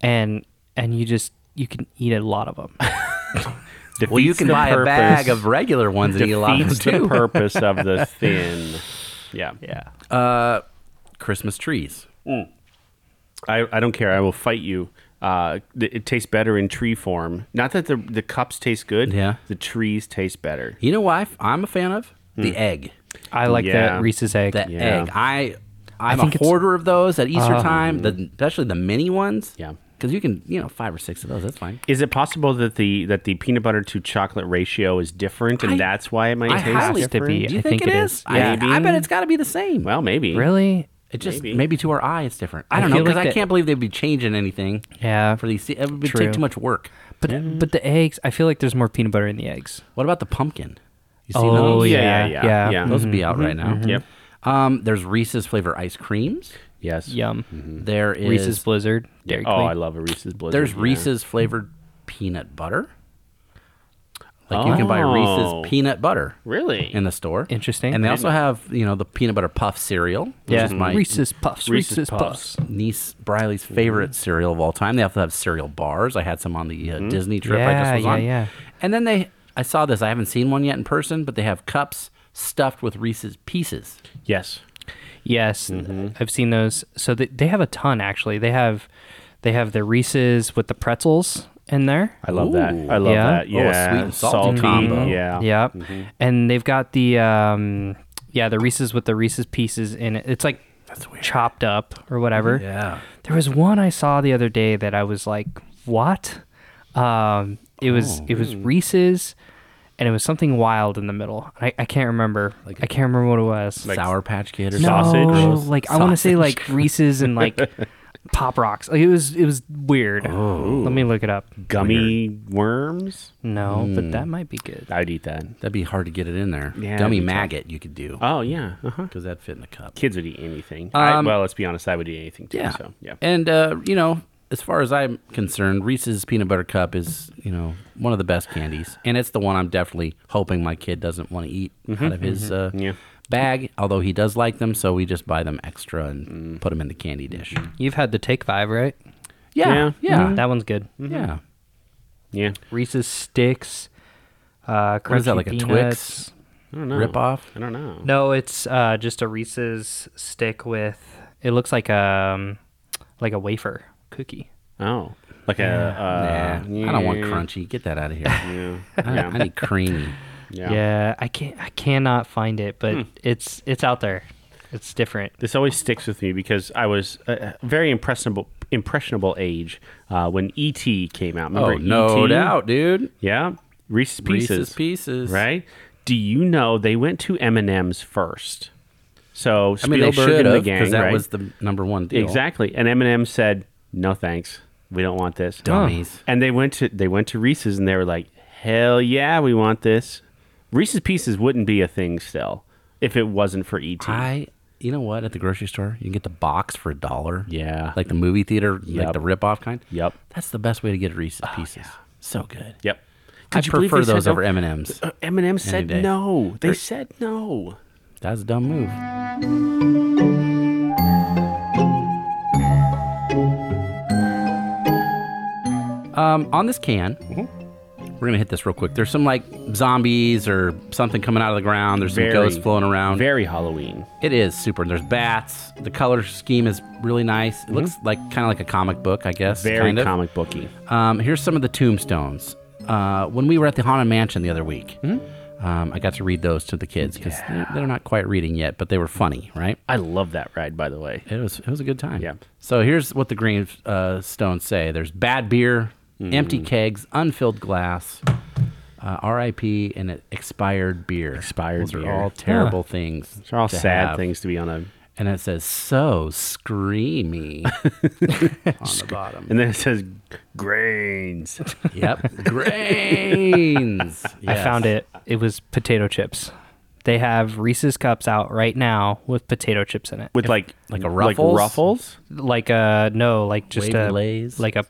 Speaker 3: and and you just you can eat a lot of them.
Speaker 2: Well, you
Speaker 1: Defeats
Speaker 2: can
Speaker 1: the
Speaker 2: buy a
Speaker 1: purpose-
Speaker 2: bag of regular ones and eat a lot of them
Speaker 1: defeats the
Speaker 2: too.
Speaker 1: purpose of the thin. Yeah, yeah.
Speaker 2: Christmas trees.
Speaker 1: I, I don't care. I will fight you. Uh, th- it tastes better in tree form. Not that the the cups taste good.
Speaker 2: Yeah.
Speaker 1: the trees taste better.
Speaker 2: You know what I f- I'm a fan of? The egg.
Speaker 3: I like
Speaker 1: Yeah.
Speaker 3: the Reese's egg.
Speaker 2: The
Speaker 1: Yeah.
Speaker 2: egg. I I'm a
Speaker 3: think it's-
Speaker 2: hoarder of those at Easter time, the, especially the mini ones.
Speaker 1: Yeah.
Speaker 2: Because you can, you know, five or six of those. That's fine.
Speaker 1: Is it possible that the that the peanut butter to chocolate ratio is different, and
Speaker 2: I-
Speaker 1: that's why it might
Speaker 2: I
Speaker 1: taste
Speaker 2: highly-
Speaker 3: Has to
Speaker 1: different?
Speaker 3: be.
Speaker 2: Do you
Speaker 3: I
Speaker 2: think, it is? I,
Speaker 1: Maybe.
Speaker 2: I bet it's got to be the same.
Speaker 1: Well, maybe.
Speaker 3: really?
Speaker 2: it just
Speaker 1: maybe.
Speaker 2: maybe. to our eye it's different. I
Speaker 3: I
Speaker 2: don't know
Speaker 3: feel
Speaker 2: because
Speaker 3: like
Speaker 2: I
Speaker 3: that-
Speaker 2: can't believe they'd be changing anything
Speaker 3: Yeah.
Speaker 2: for these. It would
Speaker 3: True.
Speaker 2: take too much work.
Speaker 3: But but the eggs, I feel like there's more peanut butter in the eggs.
Speaker 2: What about the pumpkin? You see
Speaker 3: Oh
Speaker 2: those?
Speaker 1: Yeah, yeah,
Speaker 3: yeah, yeah,
Speaker 1: yeah. Yeah.
Speaker 2: Those would be out right now.
Speaker 1: Yep.
Speaker 2: Um, there's Reese's flavor ice creams.
Speaker 1: Yes.
Speaker 3: Yum.
Speaker 2: There is
Speaker 3: Mm-hmm. Reese's Blizzard. Dairy
Speaker 1: Oh, I
Speaker 3: Queen.
Speaker 1: love a Reese's Blizzard.
Speaker 2: There's
Speaker 1: yeah.
Speaker 2: Reese's flavored peanut butter. Like you can buy
Speaker 1: Oh.
Speaker 2: Reese's peanut butter
Speaker 1: Really?
Speaker 2: in the store.
Speaker 3: Interesting.
Speaker 2: And they also have you know the peanut butter puff cereal, which
Speaker 3: yeah.
Speaker 2: is my
Speaker 3: Reese's Puffs.
Speaker 1: Reese's
Speaker 3: Reese's,
Speaker 1: Puffs.
Speaker 3: Puffs.
Speaker 2: niece Briley's favorite
Speaker 3: Mm-hmm.
Speaker 2: cereal of all time. They also have cereal bars. I had some on the uh, Disney trip I just
Speaker 3: Yeah,
Speaker 2: was
Speaker 3: yeah,
Speaker 2: on.
Speaker 3: yeah.
Speaker 2: And then they, I saw this. I haven't seen one yet in person, but they have cups stuffed with Reese's pieces.
Speaker 1: yes.
Speaker 3: Yes,
Speaker 2: Mm-hmm.
Speaker 3: I've seen those. So they, they have a ton actually. They have they have the Reese's with the pretzels in there.
Speaker 1: I love that.
Speaker 2: Ooh.
Speaker 1: I love
Speaker 3: Yeah.
Speaker 1: that.
Speaker 2: Oh, a
Speaker 1: Yeah.
Speaker 2: sweet and salty combo. Mm-hmm.
Speaker 1: Yeah.
Speaker 3: Yep. And they've got the um yeah, the Reese's with the Reese's pieces in it. It's like chopped up or whatever.
Speaker 2: Yeah.
Speaker 3: There was one I saw the other day that I was like, "What?" Um it was it was Reese's and it was something wild in the middle. I, I can't remember. Like I can't remember what it was.
Speaker 2: Sour Patch Kid or
Speaker 3: no,
Speaker 1: sausage? Gross.
Speaker 3: like I want to say
Speaker 2: Sausage.
Speaker 3: like Reese's and like Pop Rocks. Like it was it was weird. Let me look it up.
Speaker 1: Gummy worms.
Speaker 3: No, but that might be good.
Speaker 1: I'd eat that.
Speaker 2: That'd be hard to get it in there.
Speaker 1: Yeah,
Speaker 2: Dummy
Speaker 1: that'd be tough.
Speaker 2: maggot you could do
Speaker 1: Oh yeah. Uh huh.
Speaker 2: because that'd fit in a cup.
Speaker 1: Kids would eat anything. I,
Speaker 2: Um,
Speaker 1: well, let's be honest. I would eat anything too.
Speaker 2: Yeah.
Speaker 1: So yeah.
Speaker 2: And uh, you know, as far as I'm concerned, Reese's peanut butter cup is you know one of the best candies, and it's the one I'm definitely hoping my kid doesn't want to eat out of his uh,
Speaker 1: Mm-hmm, Yeah.
Speaker 2: bag. Although he does like them, so we just buy them extra
Speaker 1: Mm.
Speaker 2: and put them in the candy dish.
Speaker 3: You've had the Take Five, right?
Speaker 1: Yeah. Mm-hmm.
Speaker 2: Yeah, yeah, yeah.
Speaker 3: that one's good.
Speaker 1: Yeah.
Speaker 3: Reese's sticks. Uh,
Speaker 2: What is that,
Speaker 3: crunchy
Speaker 2: like a Twix?
Speaker 3: peanuts.
Speaker 1: I don't know.
Speaker 2: Rip off.
Speaker 1: I don't know.
Speaker 3: No, it's uh, just a Reese's stick with. It looks like a um, like a wafer cookie.
Speaker 1: Oh. Like
Speaker 2: Nah,
Speaker 1: a. Uh,
Speaker 2: I don't want
Speaker 1: yeah,
Speaker 2: crunchy. Get that out of here.
Speaker 1: Yeah.
Speaker 2: I, I need creamy.
Speaker 1: Yeah.
Speaker 3: Yeah, I can't. I cannot find it, but it's it's out there. It's different.
Speaker 1: This always sticks with me because I was a a very impressionable impressionable age uh, when ET came out. Remember
Speaker 2: Oh, no
Speaker 1: ET?
Speaker 2: doubt, dude.
Speaker 1: Yeah, Reese's Pieces.
Speaker 2: Reese's Pieces.
Speaker 1: Right? Do you know they went to M and M's first? So
Speaker 2: I mean,
Speaker 1: Spielberg
Speaker 2: they should
Speaker 1: and the
Speaker 2: have
Speaker 1: gang,
Speaker 2: because that
Speaker 1: right?
Speaker 2: was the number one deal.
Speaker 1: exactly. And M and M said, "No thanks, we don't want this."
Speaker 2: Dummies.
Speaker 1: And they went to they went to Reese's and they were like, "Hell yeah, we want this." Reese's Pieces wouldn't be a thing still if it wasn't for E ET.
Speaker 2: I, you know what? At the grocery store, you can get the box for a dollar.
Speaker 1: Yeah.
Speaker 2: like the movie theater,
Speaker 1: Yep.
Speaker 2: like the rip-off kind.
Speaker 1: Yep.
Speaker 2: that's the best way to get Reese's Pieces. So good.
Speaker 1: yep.
Speaker 2: I
Speaker 1: Could you believe
Speaker 2: prefer
Speaker 1: they said
Speaker 2: those
Speaker 1: no?
Speaker 2: over M and M's.
Speaker 1: Uh, M said
Speaker 2: day.
Speaker 1: no. They said no.
Speaker 2: That's a dumb move. Um, on this can,
Speaker 1: Mm-hmm.
Speaker 2: we're gonna hit this real quick. There's some like zombies or something coming out of the ground. There's
Speaker 1: Very-
Speaker 2: some ghosts floating around.
Speaker 1: Very Halloween.
Speaker 2: It is super. There's bats. The color scheme is really nice. It looks like kind of like a comic book, I guess.
Speaker 1: Mm-hmm. Very
Speaker 2: kind of.
Speaker 1: comic booky.
Speaker 2: Um, here's some of the tombstones. Uh, when we were at the Haunted Mansion the other week,
Speaker 1: Mm-hmm.
Speaker 2: um, I got to read those to the kids because they're, they're not quite reading yet, but they were funny, right?
Speaker 1: I love that ride, by the way.
Speaker 2: It was it was a good time.
Speaker 1: Yeah.
Speaker 2: So here's what the green uh, stones say. There's bad beer,
Speaker 1: Mm.
Speaker 2: empty kegs, unfilled glass, uh, R.I.P. and it expired beer.
Speaker 1: Expired
Speaker 2: Those
Speaker 1: beer.
Speaker 2: are all terrible things.
Speaker 1: They're all
Speaker 2: to
Speaker 1: sad
Speaker 2: have.
Speaker 1: things to be on a
Speaker 2: and it says so screamy on the bottom.
Speaker 1: And then it says grains.
Speaker 2: Yep, grains.
Speaker 3: I found it. It was potato chips. They have Reese's cups out right now with potato chips in it.
Speaker 1: With like
Speaker 2: like a Ruffles?
Speaker 1: Like ruffles?
Speaker 3: like a no, like just
Speaker 2: Wavy
Speaker 3: a
Speaker 2: Lay's?
Speaker 3: like a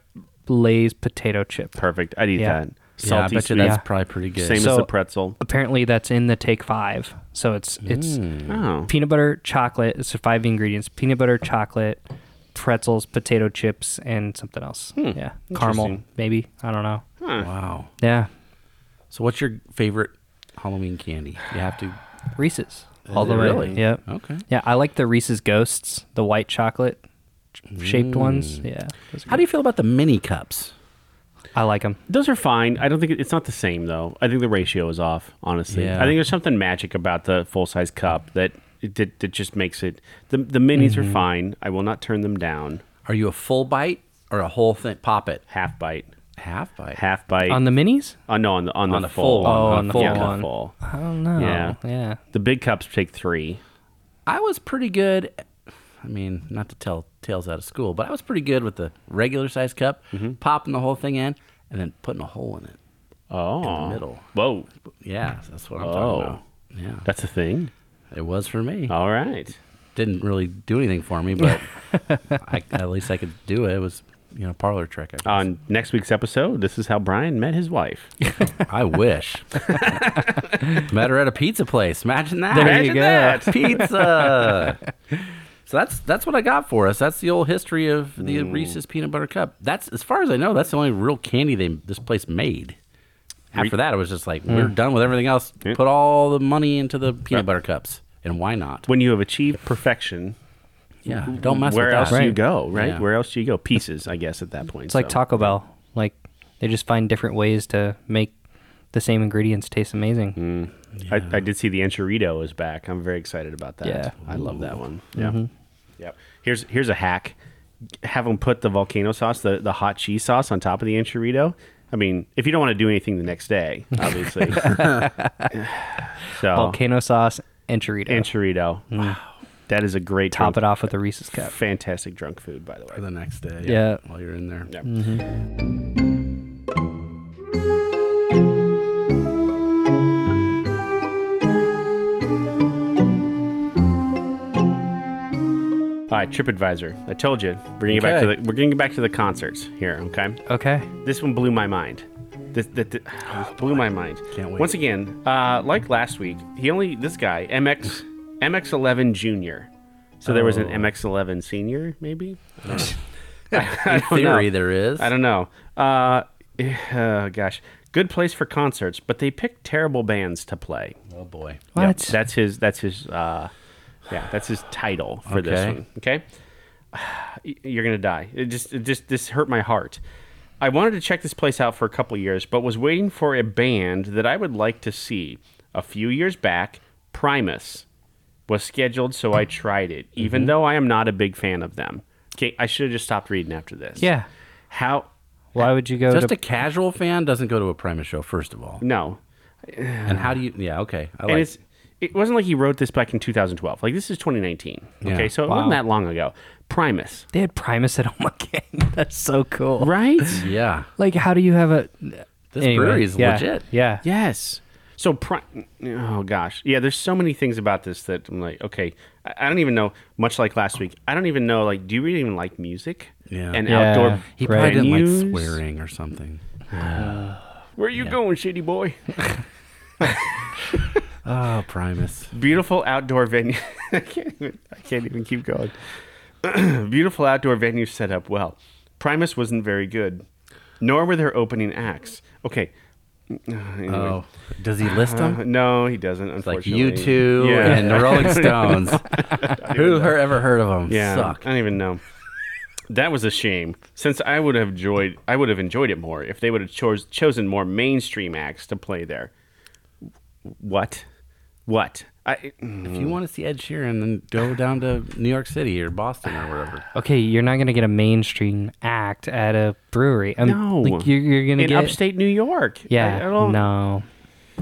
Speaker 3: Lay's potato chip.
Speaker 1: Perfect. I'd eat
Speaker 3: Yeah.
Speaker 1: that.
Speaker 2: Yeah, I
Speaker 1: Salty
Speaker 2: bet you
Speaker 1: sweet.
Speaker 2: that's
Speaker 3: Yeah.
Speaker 2: probably pretty good.
Speaker 1: Same as
Speaker 3: So-
Speaker 1: the pretzel.
Speaker 3: Apparently, that's in the Take Five. So it's it's
Speaker 1: Oh.
Speaker 3: peanut butter, chocolate. It's the five ingredients: peanut butter, chocolate, pretzels, potato chips, and something else.
Speaker 2: Hmm.
Speaker 3: Yeah, caramel,
Speaker 1: Interesting.
Speaker 3: maybe. I don't know.
Speaker 2: Wow.
Speaker 3: Yeah,
Speaker 2: So, what's your favorite Halloween candy? You have to.
Speaker 3: Reese's all the way.
Speaker 2: Really?
Speaker 3: Yep.
Speaker 2: Okay.
Speaker 3: Yeah, I like the Reese's Ghosts, the white chocolate shaped ones. Yeah.
Speaker 2: Mm. How do you feel about the mini cups?
Speaker 3: I like them.
Speaker 1: Those are fine. I don't think it's not the same though. I think the ratio is off. Honestly,
Speaker 2: Yeah.
Speaker 1: I think there's something magic about the full size cup that it, that, that just makes it. The the minis are fine. I will not turn them down.
Speaker 2: Are you a full bite or a whole thing? Pop it.
Speaker 1: Half bite,
Speaker 2: Half bite.
Speaker 1: half bite.
Speaker 3: On the minis?
Speaker 1: oh, no, on the on,
Speaker 2: on
Speaker 1: the
Speaker 2: the
Speaker 1: full.
Speaker 2: full one.
Speaker 3: Oh,
Speaker 2: Uh,
Speaker 3: on the
Speaker 2: full
Speaker 3: full
Speaker 1: yeah,
Speaker 3: one.
Speaker 1: full.
Speaker 3: I don't know.
Speaker 1: Yeah.
Speaker 3: Yeah.
Speaker 1: The big cups take three.
Speaker 2: I was pretty good. I mean, not to tell tales out of school, but I was pretty good with the regular size cup, popping the whole thing in, and then putting a hole in it.
Speaker 1: Oh,
Speaker 2: middle.
Speaker 1: Whoa,
Speaker 2: Yeah, that's what I'm
Speaker 1: Oh.
Speaker 2: talking about. Yeah,
Speaker 1: that's a thing.
Speaker 2: it was for me.
Speaker 1: All right.
Speaker 2: Didn't really do anything for me, but I, at least I could do it. It was, you know, a parlor trick. I, guess.
Speaker 1: On next week's episode, this is how Brian met his wife.
Speaker 2: I wish. Met her at a pizza place. Imagine that.
Speaker 3: There
Speaker 1: Imagine
Speaker 3: you go.
Speaker 1: that.
Speaker 2: pizza. so that's that's what I got for us. That's the old history of the
Speaker 1: Mm.
Speaker 2: Reese's peanut butter cup. That's as far as I know. That's the only real candy they this place made. After that, it was just like we're done with everything else.
Speaker 1: Mm. Yeah.
Speaker 2: Put all the money into the peanut butter cups, and why not?
Speaker 1: When you have achieved perfection,
Speaker 2: Yeah, don't mess
Speaker 1: where
Speaker 2: with
Speaker 1: else
Speaker 2: that.
Speaker 1: do you
Speaker 3: Right.
Speaker 1: go? Right?
Speaker 2: Yeah.
Speaker 1: Where else do you go? Pieces, I guess, at that point.
Speaker 3: It's like Taco Bell. Like they just find different ways to make the same ingredients taste amazing.
Speaker 2: Mm.
Speaker 1: I, I did see the enchilito is back. I'm very excited about that.
Speaker 3: Yeah. Mm-hmm.
Speaker 1: I love that one. Yeah. Yep. Here's here's a hack. Have them put the volcano sauce, the, the hot cheese sauce on top of the enchilito. I mean, if you don't want to do anything the next day, obviously. so
Speaker 3: Volcano sauce and chorizo.
Speaker 1: enchilito. Wow. That is a great
Speaker 3: Top it
Speaker 1: drunk-
Speaker 3: off with a Reese's cup.
Speaker 1: Fantastic drunk food, by the way.
Speaker 2: For the next day.
Speaker 3: Yeah.
Speaker 2: while you're in there.
Speaker 1: Yeah. All right, TripAdvisor. I told you we're gonna get back to
Speaker 2: Okay.
Speaker 1: the we're gonna get back to the concerts here. Okay,
Speaker 3: Okay.
Speaker 1: this one blew my mind. This, that that- blew my mind.
Speaker 2: Oh, Can't wait.
Speaker 1: Once again, uh, like last week, he only this guy MX MX11 Junior. So there was an
Speaker 2: Oh.
Speaker 1: MX11 Senior, maybe.
Speaker 2: In theory,
Speaker 1: know.
Speaker 2: there is.
Speaker 1: I don't know. Uh, oh gosh, good place for concerts, but they picked terrible bands to play.
Speaker 2: Oh boy.
Speaker 1: Yeah,
Speaker 3: What?
Speaker 1: that's his. That's his. Uh, yeah, that's his title for this
Speaker 2: Okay.
Speaker 1: one. Okay, Y- you're gonna die. It just, it just, this hurt my heart. I wanted to check this place out for a couple years, but was waiting for a band that I would like to see. A few years back, Primus was scheduled, so I tried it, even
Speaker 3: Mm-hmm.
Speaker 1: though I am not a big fan of them. Okay, I should have just stopped reading after this.
Speaker 3: Yeah.
Speaker 1: How?
Speaker 3: Why would you go
Speaker 2: Just
Speaker 3: to
Speaker 2: a casual fan doesn't go to a Primus show, first of all.
Speaker 1: No,
Speaker 2: And how do you? Yeah, okay. I
Speaker 1: and
Speaker 2: like.
Speaker 1: it's it wasn't like he wrote this back in 2012. Like this is 2019. Okay, so it wasn't
Speaker 3: Wow.
Speaker 1: that long ago. Primus,
Speaker 3: They had Primus at Home again. That's so cool.
Speaker 1: right?
Speaker 2: yeah,
Speaker 3: Like how do you have a
Speaker 2: this
Speaker 3: Anyway,
Speaker 2: brewery is
Speaker 3: yeah,
Speaker 2: legit.
Speaker 3: Yeah.
Speaker 1: yes. So Pri- oh gosh, yeah. There's so many things about this that I'm like, okay, I, I don't even know. Much like last week, I don't even know. Like, do you really even like music?
Speaker 2: Yeah.
Speaker 1: And
Speaker 3: Yeah.
Speaker 1: outdoor.
Speaker 2: He
Speaker 3: Right.
Speaker 2: probably
Speaker 1: venues?
Speaker 2: didn't like swearing or something.
Speaker 1: Where are you going, shitty boy?
Speaker 2: Oh, Primus.
Speaker 1: Beautiful outdoor venue. I can't even. I can't even keep going. Beautiful outdoor venue set up well. Primus wasn't very good, nor were their opening acts. Okay. Anyway.
Speaker 2: Oh, does he list
Speaker 1: Uh,
Speaker 2: them?
Speaker 1: no, he doesn't.
Speaker 2: Like
Speaker 1: Unfortunately,
Speaker 2: you two
Speaker 1: Yeah,
Speaker 2: and the Rolling Stones. Who her- ever heard of them?
Speaker 1: yeah.
Speaker 2: Suck.
Speaker 1: I don't even know. That was a shame, since I would have enjoyed. I would have enjoyed it more if they would have chose, chosen more mainstream acts to play there. What? What? I.
Speaker 2: If
Speaker 1: Mm-hmm.
Speaker 2: you want to see Ed Sheeran, then go down to New York City or Boston or wherever.
Speaker 3: Okay, you're not gonna get a mainstream act at a brewery. I'm,
Speaker 1: No.
Speaker 3: like, you're, you're gonna
Speaker 1: in
Speaker 3: get
Speaker 1: upstate New York.
Speaker 3: Yeah,
Speaker 1: I, I don't-
Speaker 3: no,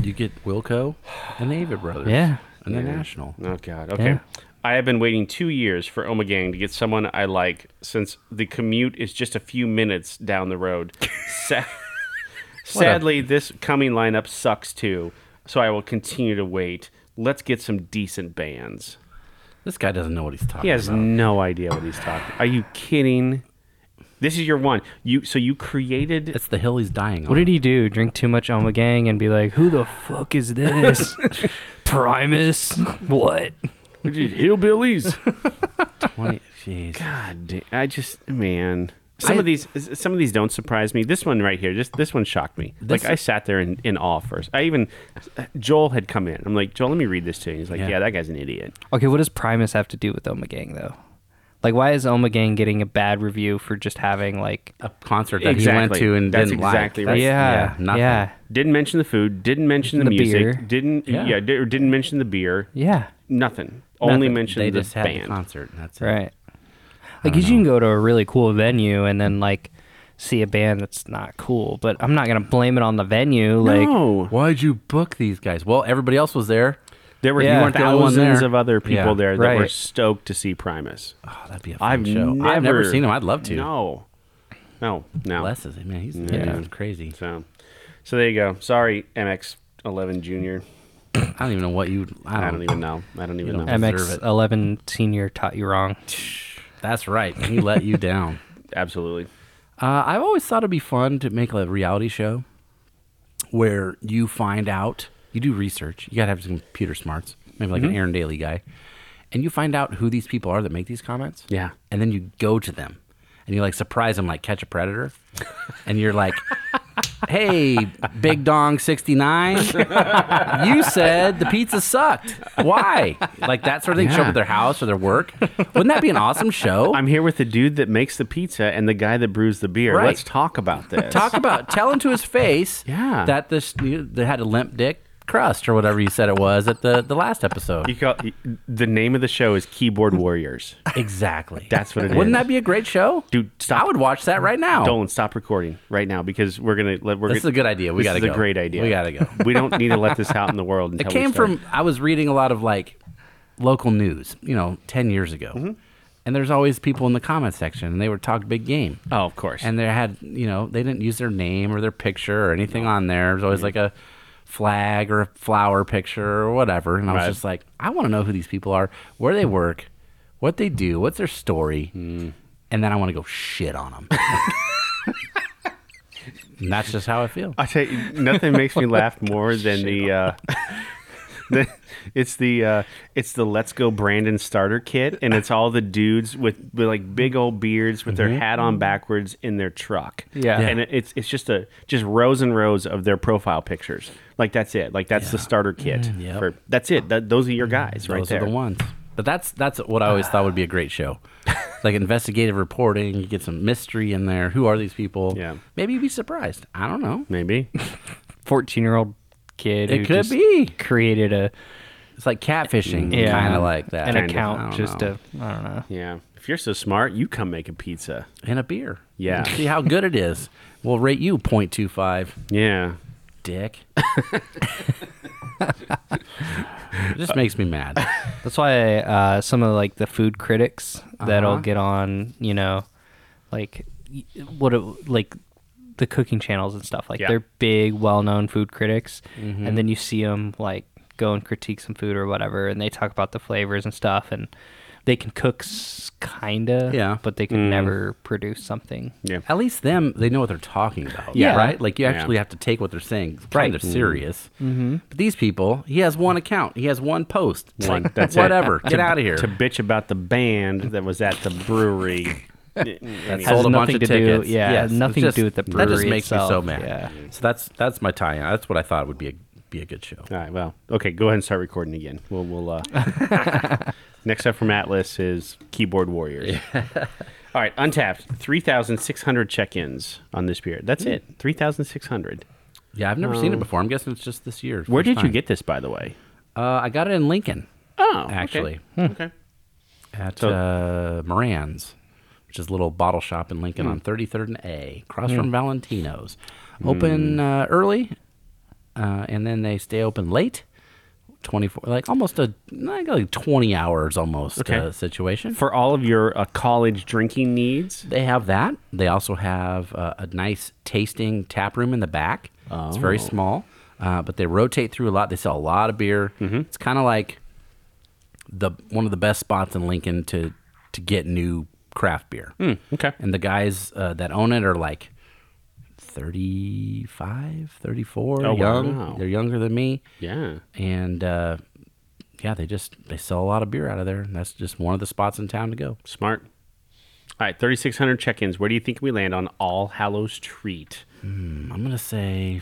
Speaker 2: You get Wilco and the Avid Brothers.
Speaker 3: Yeah.
Speaker 2: And the National.
Speaker 1: Oh God. Okay. I have been waiting two years for Omegang to get someone I like since the commute is just a few minutes down the road. Sa- Sadly, this coming lineup sucks too, so I will continue to wait. Let's get some decent bands.
Speaker 2: This guy doesn't know what he's talking
Speaker 1: He has
Speaker 2: about.
Speaker 1: no idea what he's talking. Are you kidding? This is your one. You so you created
Speaker 2: It's the hill he's dying on.
Speaker 3: What did he do? Drink too much Oma Gang and be like, who the fuck is this? Primus? What?
Speaker 1: hillbillies.
Speaker 2: What- Jeez.
Speaker 1: God, da- I just man. Some of these, s- some of these don't surprise me. This one right here, just this one shocked me. like I sat there in, in awe first. I even uh, Joel had come in. I'm like, Joel, let me read this to you. And he's like,
Speaker 2: Yeah.
Speaker 1: yeah. that guy's an idiot.
Speaker 3: Okay, what does Primus have to do with Oma Gang though? Like, why is Oma Gang getting a bad review for just having like?
Speaker 2: A concert that
Speaker 1: Exactly.
Speaker 2: he went to and
Speaker 1: That's
Speaker 2: didn't
Speaker 1: exactly
Speaker 2: like.
Speaker 1: right.
Speaker 3: yeah,
Speaker 2: nothing.
Speaker 3: yeah,
Speaker 1: Didn't mention the food. Didn't mention the,
Speaker 3: The
Speaker 1: music.
Speaker 3: beer.
Speaker 1: Didn't
Speaker 2: Yeah.
Speaker 1: yeah. di- or didn't mention the beer.
Speaker 3: yeah.
Speaker 1: Nothing. Only
Speaker 3: Nothing.
Speaker 1: mentioned
Speaker 2: They
Speaker 1: the
Speaker 2: just had the
Speaker 1: band.
Speaker 2: concert. and That's it.
Speaker 3: Right. Like, 'cause you can go to a really cool venue and then like see a band that's not cool, but I'm not gonna blame it on the venue. Like,
Speaker 1: no,
Speaker 2: Why'd you book these guys? Well, everybody else was there.
Speaker 1: there were
Speaker 3: Yeah. You weren't
Speaker 2: the only one
Speaker 1: thousands
Speaker 2: there.
Speaker 1: of other people
Speaker 2: Yeah.
Speaker 1: there that were
Speaker 3: Right.
Speaker 1: stoked to see Primus.
Speaker 2: Oh, that'd be a fun
Speaker 1: I've
Speaker 2: show.
Speaker 1: Never,
Speaker 2: I've never seen him. I'd love to.
Speaker 1: No, no, no.
Speaker 2: Bless his man. He's he's crazy.
Speaker 1: So, so there you go. Sorry, MX11 Junior.
Speaker 2: I don't even know what you. I don't,
Speaker 1: I don't even know. I don't even
Speaker 2: don't
Speaker 1: know.
Speaker 2: have- deserve it.
Speaker 3: MX11 Senior taught you wrong.
Speaker 2: That's right. He let you down.
Speaker 1: Absolutely.
Speaker 2: Uh, I've always thought it'd be fun to make a reality show where you find out, you do research, you gotta have some computer smarts, maybe like
Speaker 1: Mm-hmm.
Speaker 2: an Aaron Daly guy, and you find out who these people are that make these comments.
Speaker 1: Yeah.
Speaker 2: And then you go to them and you like surprise them, like catch a predator. and you're like, hey, Big Dong 69, you said the pizza sucked. Why? Like that sort of thing. Show up
Speaker 1: Yeah.
Speaker 2: at their house or their work. Wouldn't that be an awesome show?
Speaker 1: I'm here with the dude that makes the pizza and the guy that brews the beer.
Speaker 2: Right.
Speaker 1: Let's talk about this.
Speaker 2: Talk about tell him to his face.
Speaker 1: Yeah.
Speaker 2: That this you, they had a limp dick crust or whatever you said it was at the the last episode.
Speaker 1: You call, the name of the show is Keyboard Warriors.
Speaker 2: Exactly.
Speaker 1: That's what it
Speaker 2: Wouldn't
Speaker 1: is.
Speaker 2: that be a great show,
Speaker 1: Dude, stop.
Speaker 2: I would watch that right now.
Speaker 1: Dolan, stop recording right now because we're gonna. Let, we're
Speaker 2: This is a good idea. We
Speaker 1: this
Speaker 2: gotta
Speaker 1: is
Speaker 2: go.
Speaker 1: a great idea.
Speaker 2: We gotta go.
Speaker 1: We don't need to let this out in the world. Until
Speaker 2: It
Speaker 1: we
Speaker 2: came
Speaker 1: start.
Speaker 2: from I was reading a lot of like local news, you know, ten years ago,
Speaker 1: Mm-hmm.
Speaker 2: and there's always people in the comment section, and they would talk big game.
Speaker 1: Oh, of course.
Speaker 2: and they had you know they didn't use their name or their picture or anything on there. It was always like a flag or a flower picture or whatever. And I was
Speaker 1: Right.
Speaker 2: just like, I want to know who these people are, where they work, what they do, what's their story,
Speaker 1: Mm.
Speaker 2: and then I want to go shit on them. and that's just how I feel.
Speaker 1: I tell you, nothing makes
Speaker 2: Oh,
Speaker 1: me laugh more than the. Uh, the, it's the uh, it's the Let's Go Brandon starter kit, and it's all the dudes with, with like big old beards with
Speaker 2: Mm-hmm.
Speaker 1: their hat on backwards in their truck.
Speaker 3: Yeah. Yeah.
Speaker 1: and it, it's it's just a just rows and rows of their profile pictures. Like that's it. Like that's the starter kit.
Speaker 2: Mm-hmm. yep. Mm-hmm.
Speaker 1: for- that's it. That, those are your guys right
Speaker 2: Those
Speaker 1: there.
Speaker 2: are the ones. But that's that's what I always thought would be a great show. like investigative reporting, you get some mystery in there. Who are these people?
Speaker 1: Yeah.
Speaker 2: Maybe you'd be surprised. I don't know.
Speaker 1: Maybe.
Speaker 3: 14 year old kid.
Speaker 2: It
Speaker 3: who
Speaker 2: could
Speaker 3: just
Speaker 2: be.
Speaker 3: created a
Speaker 2: It's like catfishing,
Speaker 3: Mm, yeah,
Speaker 2: kind of like that.
Speaker 3: an
Speaker 2: Kinda. I
Speaker 3: account
Speaker 2: don't
Speaker 3: just
Speaker 2: know.
Speaker 3: to I don't know.
Speaker 1: Yeah. If you're so smart, you come make a pizza.
Speaker 2: and a beer.
Speaker 1: Yeah.
Speaker 2: see how good it is. We'll rate you 0.25,
Speaker 1: Yeah.
Speaker 2: Dick. it just makes me mad.
Speaker 3: That's why uh, some of like the food critics that'll
Speaker 2: Uh-huh.
Speaker 3: get on, you know, like y- what it, like the cooking channels and stuff. Like
Speaker 1: Yeah.
Speaker 3: they're big, well-known food critics, and then you see them like go and critique some food or whatever, and they talk about the flavors and stuff, and they can cook s- kinda,
Speaker 2: Yeah.
Speaker 3: but they can never produce something.
Speaker 1: Yeah.
Speaker 2: At least them, they know what they're talking about.
Speaker 3: Yeah.
Speaker 2: right. Like you
Speaker 1: Yeah.
Speaker 2: actually have to take what they're saying. It's kind
Speaker 3: Right.
Speaker 2: of serious. Mm-hmm. But these people, he has one account. He has one post. It's
Speaker 1: One-
Speaker 2: like,
Speaker 1: that's it.
Speaker 2: whatever. Get out of here.
Speaker 1: to bitch about the band that was at the brewery.
Speaker 2: That
Speaker 1: Anyway.
Speaker 2: sold
Speaker 3: Has
Speaker 2: a bunch
Speaker 3: nothing
Speaker 2: of
Speaker 3: to do-
Speaker 2: tickets.
Speaker 3: yeah,
Speaker 2: Yes, it's
Speaker 3: nothing to
Speaker 2: just-
Speaker 3: do with the
Speaker 2: That just
Speaker 3: brewery
Speaker 2: makes me so
Speaker 3: itself,
Speaker 2: mad.
Speaker 3: yeah.
Speaker 2: So that's that's my tie-in. That's what I thought would be a be a good show.
Speaker 1: All right. Well, okay. Go ahead and start recording again. We'll. we'll uh, next up from Atlas is Keyboard Warriors. All right. Untapped. Three thousand six hundred check-ins on this beer. That's it. Three thousand six hundred.
Speaker 2: Yeah, I've never seen it before. I'm guessing it's just this year.
Speaker 1: Um, Where
Speaker 2: first
Speaker 1: did you
Speaker 2: time.
Speaker 1: get this, by the way?
Speaker 2: Uh, I got it in Lincoln
Speaker 1: Oh, okay.
Speaker 2: Actually.
Speaker 1: Okay.
Speaker 2: at
Speaker 1: So-
Speaker 2: uh, Moran's, which is a little bottle shop in
Speaker 1: Hmm.
Speaker 2: Lincoln on 33rd and A, across from
Speaker 1: Hmm.
Speaker 2: Valentino's. Open uh, early, uh, and then they stay open late 24, like almost a like, like 20 hours almost
Speaker 1: Okay.
Speaker 2: uh, situation.
Speaker 1: For all of your uh, college drinking needs,
Speaker 2: They have that. They also have uh, a nice tasting tap room in the back. It's
Speaker 1: Oh.
Speaker 2: very small, uh, but they rotate through a lot. They sell a lot of beer.
Speaker 1: Mm-hmm.
Speaker 2: It's kind of like the one of the best spots in Lincoln to to get new craft beer.
Speaker 1: Hmm, okay.
Speaker 2: And the guys uh, that own it are like 35, 34,
Speaker 1: Oh,
Speaker 2: young.
Speaker 1: wow.
Speaker 2: They're younger than me.
Speaker 1: Yeah.
Speaker 2: And uh, yeah, they just they sell a lot of beer out of there. And that's just one of the spots in town to go.
Speaker 1: Smart. All right, 3,600 check ins. Where do you think we land on All Hallows Treat?
Speaker 2: I'm gonna say,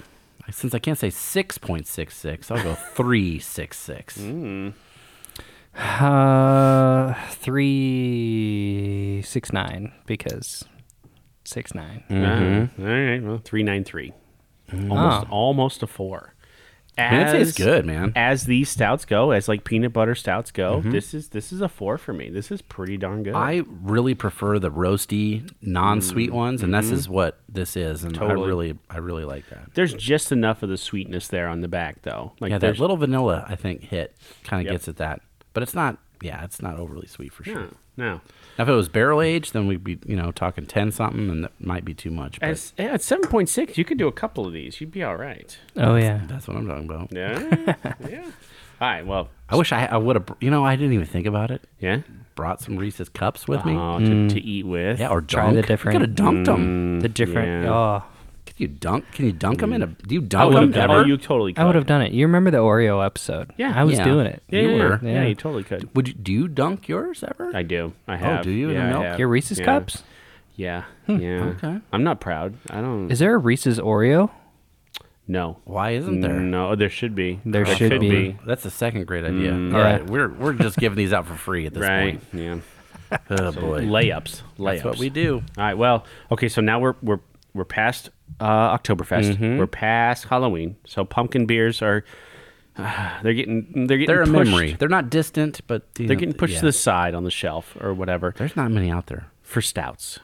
Speaker 2: since I can't say six point six six, I'll go three six six.
Speaker 1: Mm.
Speaker 3: Uh, three six nine because six nine.
Speaker 2: Mm-hmm.
Speaker 1: Uh, all right, well, 393. Almost, almost a four.
Speaker 2: Man, it tastes good, man.
Speaker 1: As these stouts go, as like peanut butter stouts go,
Speaker 2: Mm-hmm.
Speaker 1: this is this is a four for me. This is pretty darn good.
Speaker 2: I really prefer the roasty, non-sweet ones, and this is what this is, and
Speaker 1: Mm.
Speaker 2: I
Speaker 1: Mm-hmm. Totally.
Speaker 2: really, I really like that.
Speaker 1: there's just enough of the sweetness there on the back, though. Like
Speaker 2: Yeah,
Speaker 1: there's
Speaker 2: that little vanilla, I think, hit kind of
Speaker 1: Yep.
Speaker 2: gets at that, but it's not. Yeah, it's not overly sweet for sure.
Speaker 1: no, no.
Speaker 2: Now, if it was barrel aged, then we'd be, you know, talking ten something, and that might be too much. But
Speaker 1: As, at 7.6, you could do a couple of these. You'd be all right.
Speaker 3: Oh yeah.
Speaker 2: that's what I'm talking about.
Speaker 1: Yeah, yeah. All right, well,
Speaker 2: I wish I, I would have. You know, I didn't even think about it.
Speaker 1: yeah.
Speaker 2: Brought some Reese's cups with me.
Speaker 1: Oh, to, to eat with.
Speaker 2: Yeah, or
Speaker 3: Try
Speaker 2: dunk.
Speaker 3: the
Speaker 2: You
Speaker 3: different-
Speaker 2: could have dunked
Speaker 1: Mm.
Speaker 2: them.
Speaker 3: The different.
Speaker 1: yeah.
Speaker 3: Oh,
Speaker 2: Can you dunk? Can you dunk them in a? Do you
Speaker 1: I
Speaker 2: dunk
Speaker 1: would
Speaker 2: them
Speaker 1: have. Oh,
Speaker 2: ever?
Speaker 1: you totally. Could.
Speaker 3: I would have done it. You remember the Oreo episode?
Speaker 1: Yeah.
Speaker 3: I was
Speaker 2: Yeah.
Speaker 3: doing it.
Speaker 1: Yeah,
Speaker 2: You
Speaker 1: yeah,
Speaker 2: were.
Speaker 1: Yeah,
Speaker 3: Yeah.
Speaker 1: you totally could.
Speaker 2: Would you, do you dunk yours ever?
Speaker 1: I do. I have.
Speaker 2: Oh, do you? In
Speaker 1: Yeah,
Speaker 2: the
Speaker 1: I
Speaker 2: milk?
Speaker 1: have.
Speaker 3: Your Reese's
Speaker 1: Yeah.
Speaker 3: cups?
Speaker 1: Yeah. Yeah.
Speaker 2: Hmm, Okay.
Speaker 1: I'm not proud. I don't.
Speaker 3: Is there a Reese's Oreo?
Speaker 1: no.
Speaker 2: Why isn't there?
Speaker 1: No, there should be.
Speaker 3: There should
Speaker 1: could
Speaker 3: be.
Speaker 2: That's a second grade idea. All
Speaker 3: Yeah.
Speaker 2: right, we're we're just giving these out for free at this
Speaker 1: Mm, Right.
Speaker 2: point.
Speaker 1: Yeah.
Speaker 2: Oh boy,
Speaker 1: Layups. Layups.
Speaker 2: that's what we do.
Speaker 1: All right. Well. Okay. So now we're we're we're past uh, Oktoberfest.
Speaker 2: Mm-hmm.
Speaker 1: We're past Halloween. So pumpkin beers are uh, they're getting they're getting
Speaker 2: They're a
Speaker 1: pushed.
Speaker 2: memory. They're not distant, but you
Speaker 1: They're
Speaker 2: know,
Speaker 1: getting pushed
Speaker 2: yeah.
Speaker 1: to the side on the shelf or whatever
Speaker 2: There's not many out there.
Speaker 1: for stouts.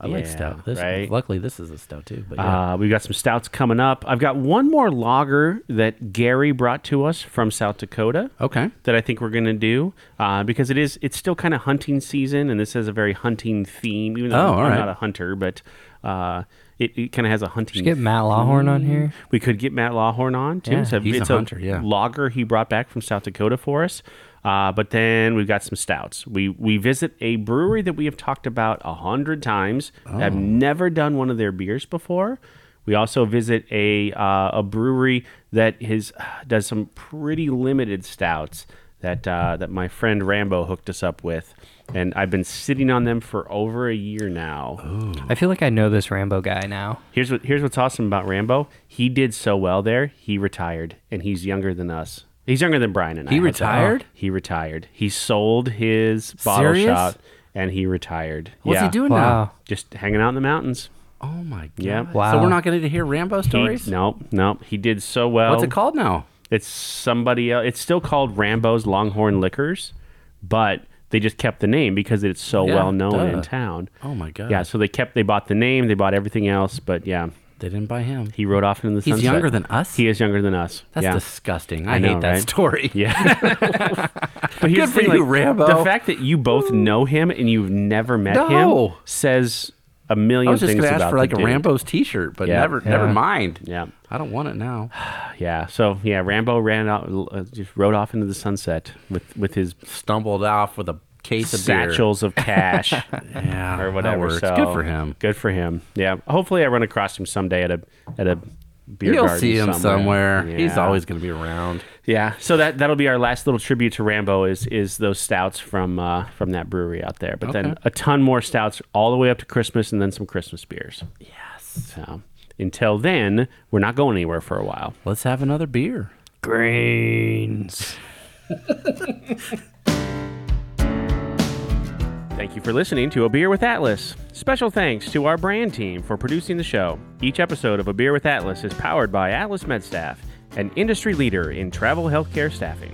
Speaker 2: I like
Speaker 1: Yeah,
Speaker 2: stout. This,
Speaker 1: right?
Speaker 2: Luckily, this is a stout too. But yeah.
Speaker 1: Uh, we've got some stouts coming up. I've got one more lager that Gary brought to us from South Dakota.
Speaker 2: okay.
Speaker 1: That I think we're gonna do uh, because it is it's still kind of hunting season and this has a very hunting theme. Even though
Speaker 2: Oh,
Speaker 1: I'm,
Speaker 2: all
Speaker 1: I'm
Speaker 2: right.
Speaker 1: not a hunter, but uh, it, it kind of has a hunting.
Speaker 3: Get Matt Lawhorn on here.
Speaker 1: We could get Matt Lawhorn on too.
Speaker 3: Yeah,
Speaker 1: It's a,
Speaker 2: he's a
Speaker 1: it's
Speaker 2: hunter, yeah.
Speaker 1: lager he brought back from South Dakota for us. Uh, but then we've got some stouts. We we visit a brewery that we have talked about a hundred times.
Speaker 2: Oh.
Speaker 1: I've never done one of their beers before. We also visit a uh, a brewery that is uh, does some pretty limited stouts that uh, that my friend Rambo hooked us up with, and I've been sitting on them for over a year now.
Speaker 2: Oh.
Speaker 3: I feel like I know this Rambo guy now.
Speaker 1: Here's what here's what's awesome about Rambo. He did so well there. He retired, and he's younger than us. He's younger than Brian and I.
Speaker 2: He
Speaker 1: How's that?
Speaker 2: retired?
Speaker 1: He retired. He sold his bottle
Speaker 2: Serious?
Speaker 1: shop, and he retired.
Speaker 2: What's
Speaker 1: Yeah.
Speaker 2: he doing
Speaker 3: Wow.
Speaker 1: Just hanging out in the mountains.
Speaker 2: now? Oh my god.
Speaker 1: Yeah.
Speaker 2: So
Speaker 3: Wow.
Speaker 2: we're not going to hear Rambo
Speaker 1: He,
Speaker 2: stories.
Speaker 1: no, no. He did so well.
Speaker 2: What's it called now?
Speaker 1: It's somebody else. It's still called Rambo's Longhorn Liquors, but they just kept the name because it's so
Speaker 2: Yeah,
Speaker 1: well known
Speaker 2: duh.
Speaker 1: in town.
Speaker 2: Oh my god.
Speaker 1: Yeah, so they kept. They bought the name. They bought everything else. But yeah,
Speaker 2: They didn't buy him.
Speaker 1: he rode off into the
Speaker 2: He's
Speaker 1: sunset.
Speaker 2: younger than us.
Speaker 1: He is younger than us.
Speaker 2: That's
Speaker 1: yeah.
Speaker 2: disgusting. I,
Speaker 1: I know,
Speaker 2: hate that
Speaker 1: right?
Speaker 2: story.
Speaker 1: Yeah. but here's
Speaker 2: Good
Speaker 1: the
Speaker 2: for
Speaker 1: thing,
Speaker 2: you,
Speaker 1: like,
Speaker 2: Rambo.
Speaker 1: The fact that you both
Speaker 2: Hmm.
Speaker 1: know him and you've never met
Speaker 2: No.
Speaker 1: him says a million
Speaker 2: I was just
Speaker 1: things
Speaker 2: gonna ask
Speaker 1: about
Speaker 2: for like
Speaker 1: the
Speaker 2: a
Speaker 1: dude.
Speaker 2: Rambo's T-shirt, but
Speaker 1: Yeah,
Speaker 2: never,
Speaker 1: yeah.
Speaker 2: never mind.
Speaker 1: Yeah.
Speaker 2: I don't want it now.
Speaker 1: Yeah. So yeah, Rambo ran out, uh, just rode off into the sunset with with his
Speaker 2: Stumbled off with a case of
Speaker 1: satchels of cash
Speaker 2: beer. Yeah,
Speaker 1: or
Speaker 2: that
Speaker 1: whatever.
Speaker 2: works.
Speaker 1: So
Speaker 2: Good for him.
Speaker 1: Good for him. Yeah. Hopefully, I run across him someday at a at a beer
Speaker 2: You'll
Speaker 1: garden
Speaker 2: see him somewhere. He's
Speaker 1: Yeah.
Speaker 2: always gonna be around.
Speaker 1: Yeah, so that that'll be our last little tribute to Rambo is is those stouts from uh, from that brewery out there. But then
Speaker 2: Okay.
Speaker 1: a ton more stouts all the way up to Christmas, and then some Christmas beers.
Speaker 2: Yes.
Speaker 1: So until then, we're not going anywhere for a while.
Speaker 2: Let's have another beer.
Speaker 3: Grains.
Speaker 1: Thank you for listening to A Beer with Atlas. Special thanks to our brand team for producing the show. Each episode of A Beer with Atlas is powered by Atlas MedStaff, an industry leader in travel healthcare staffing.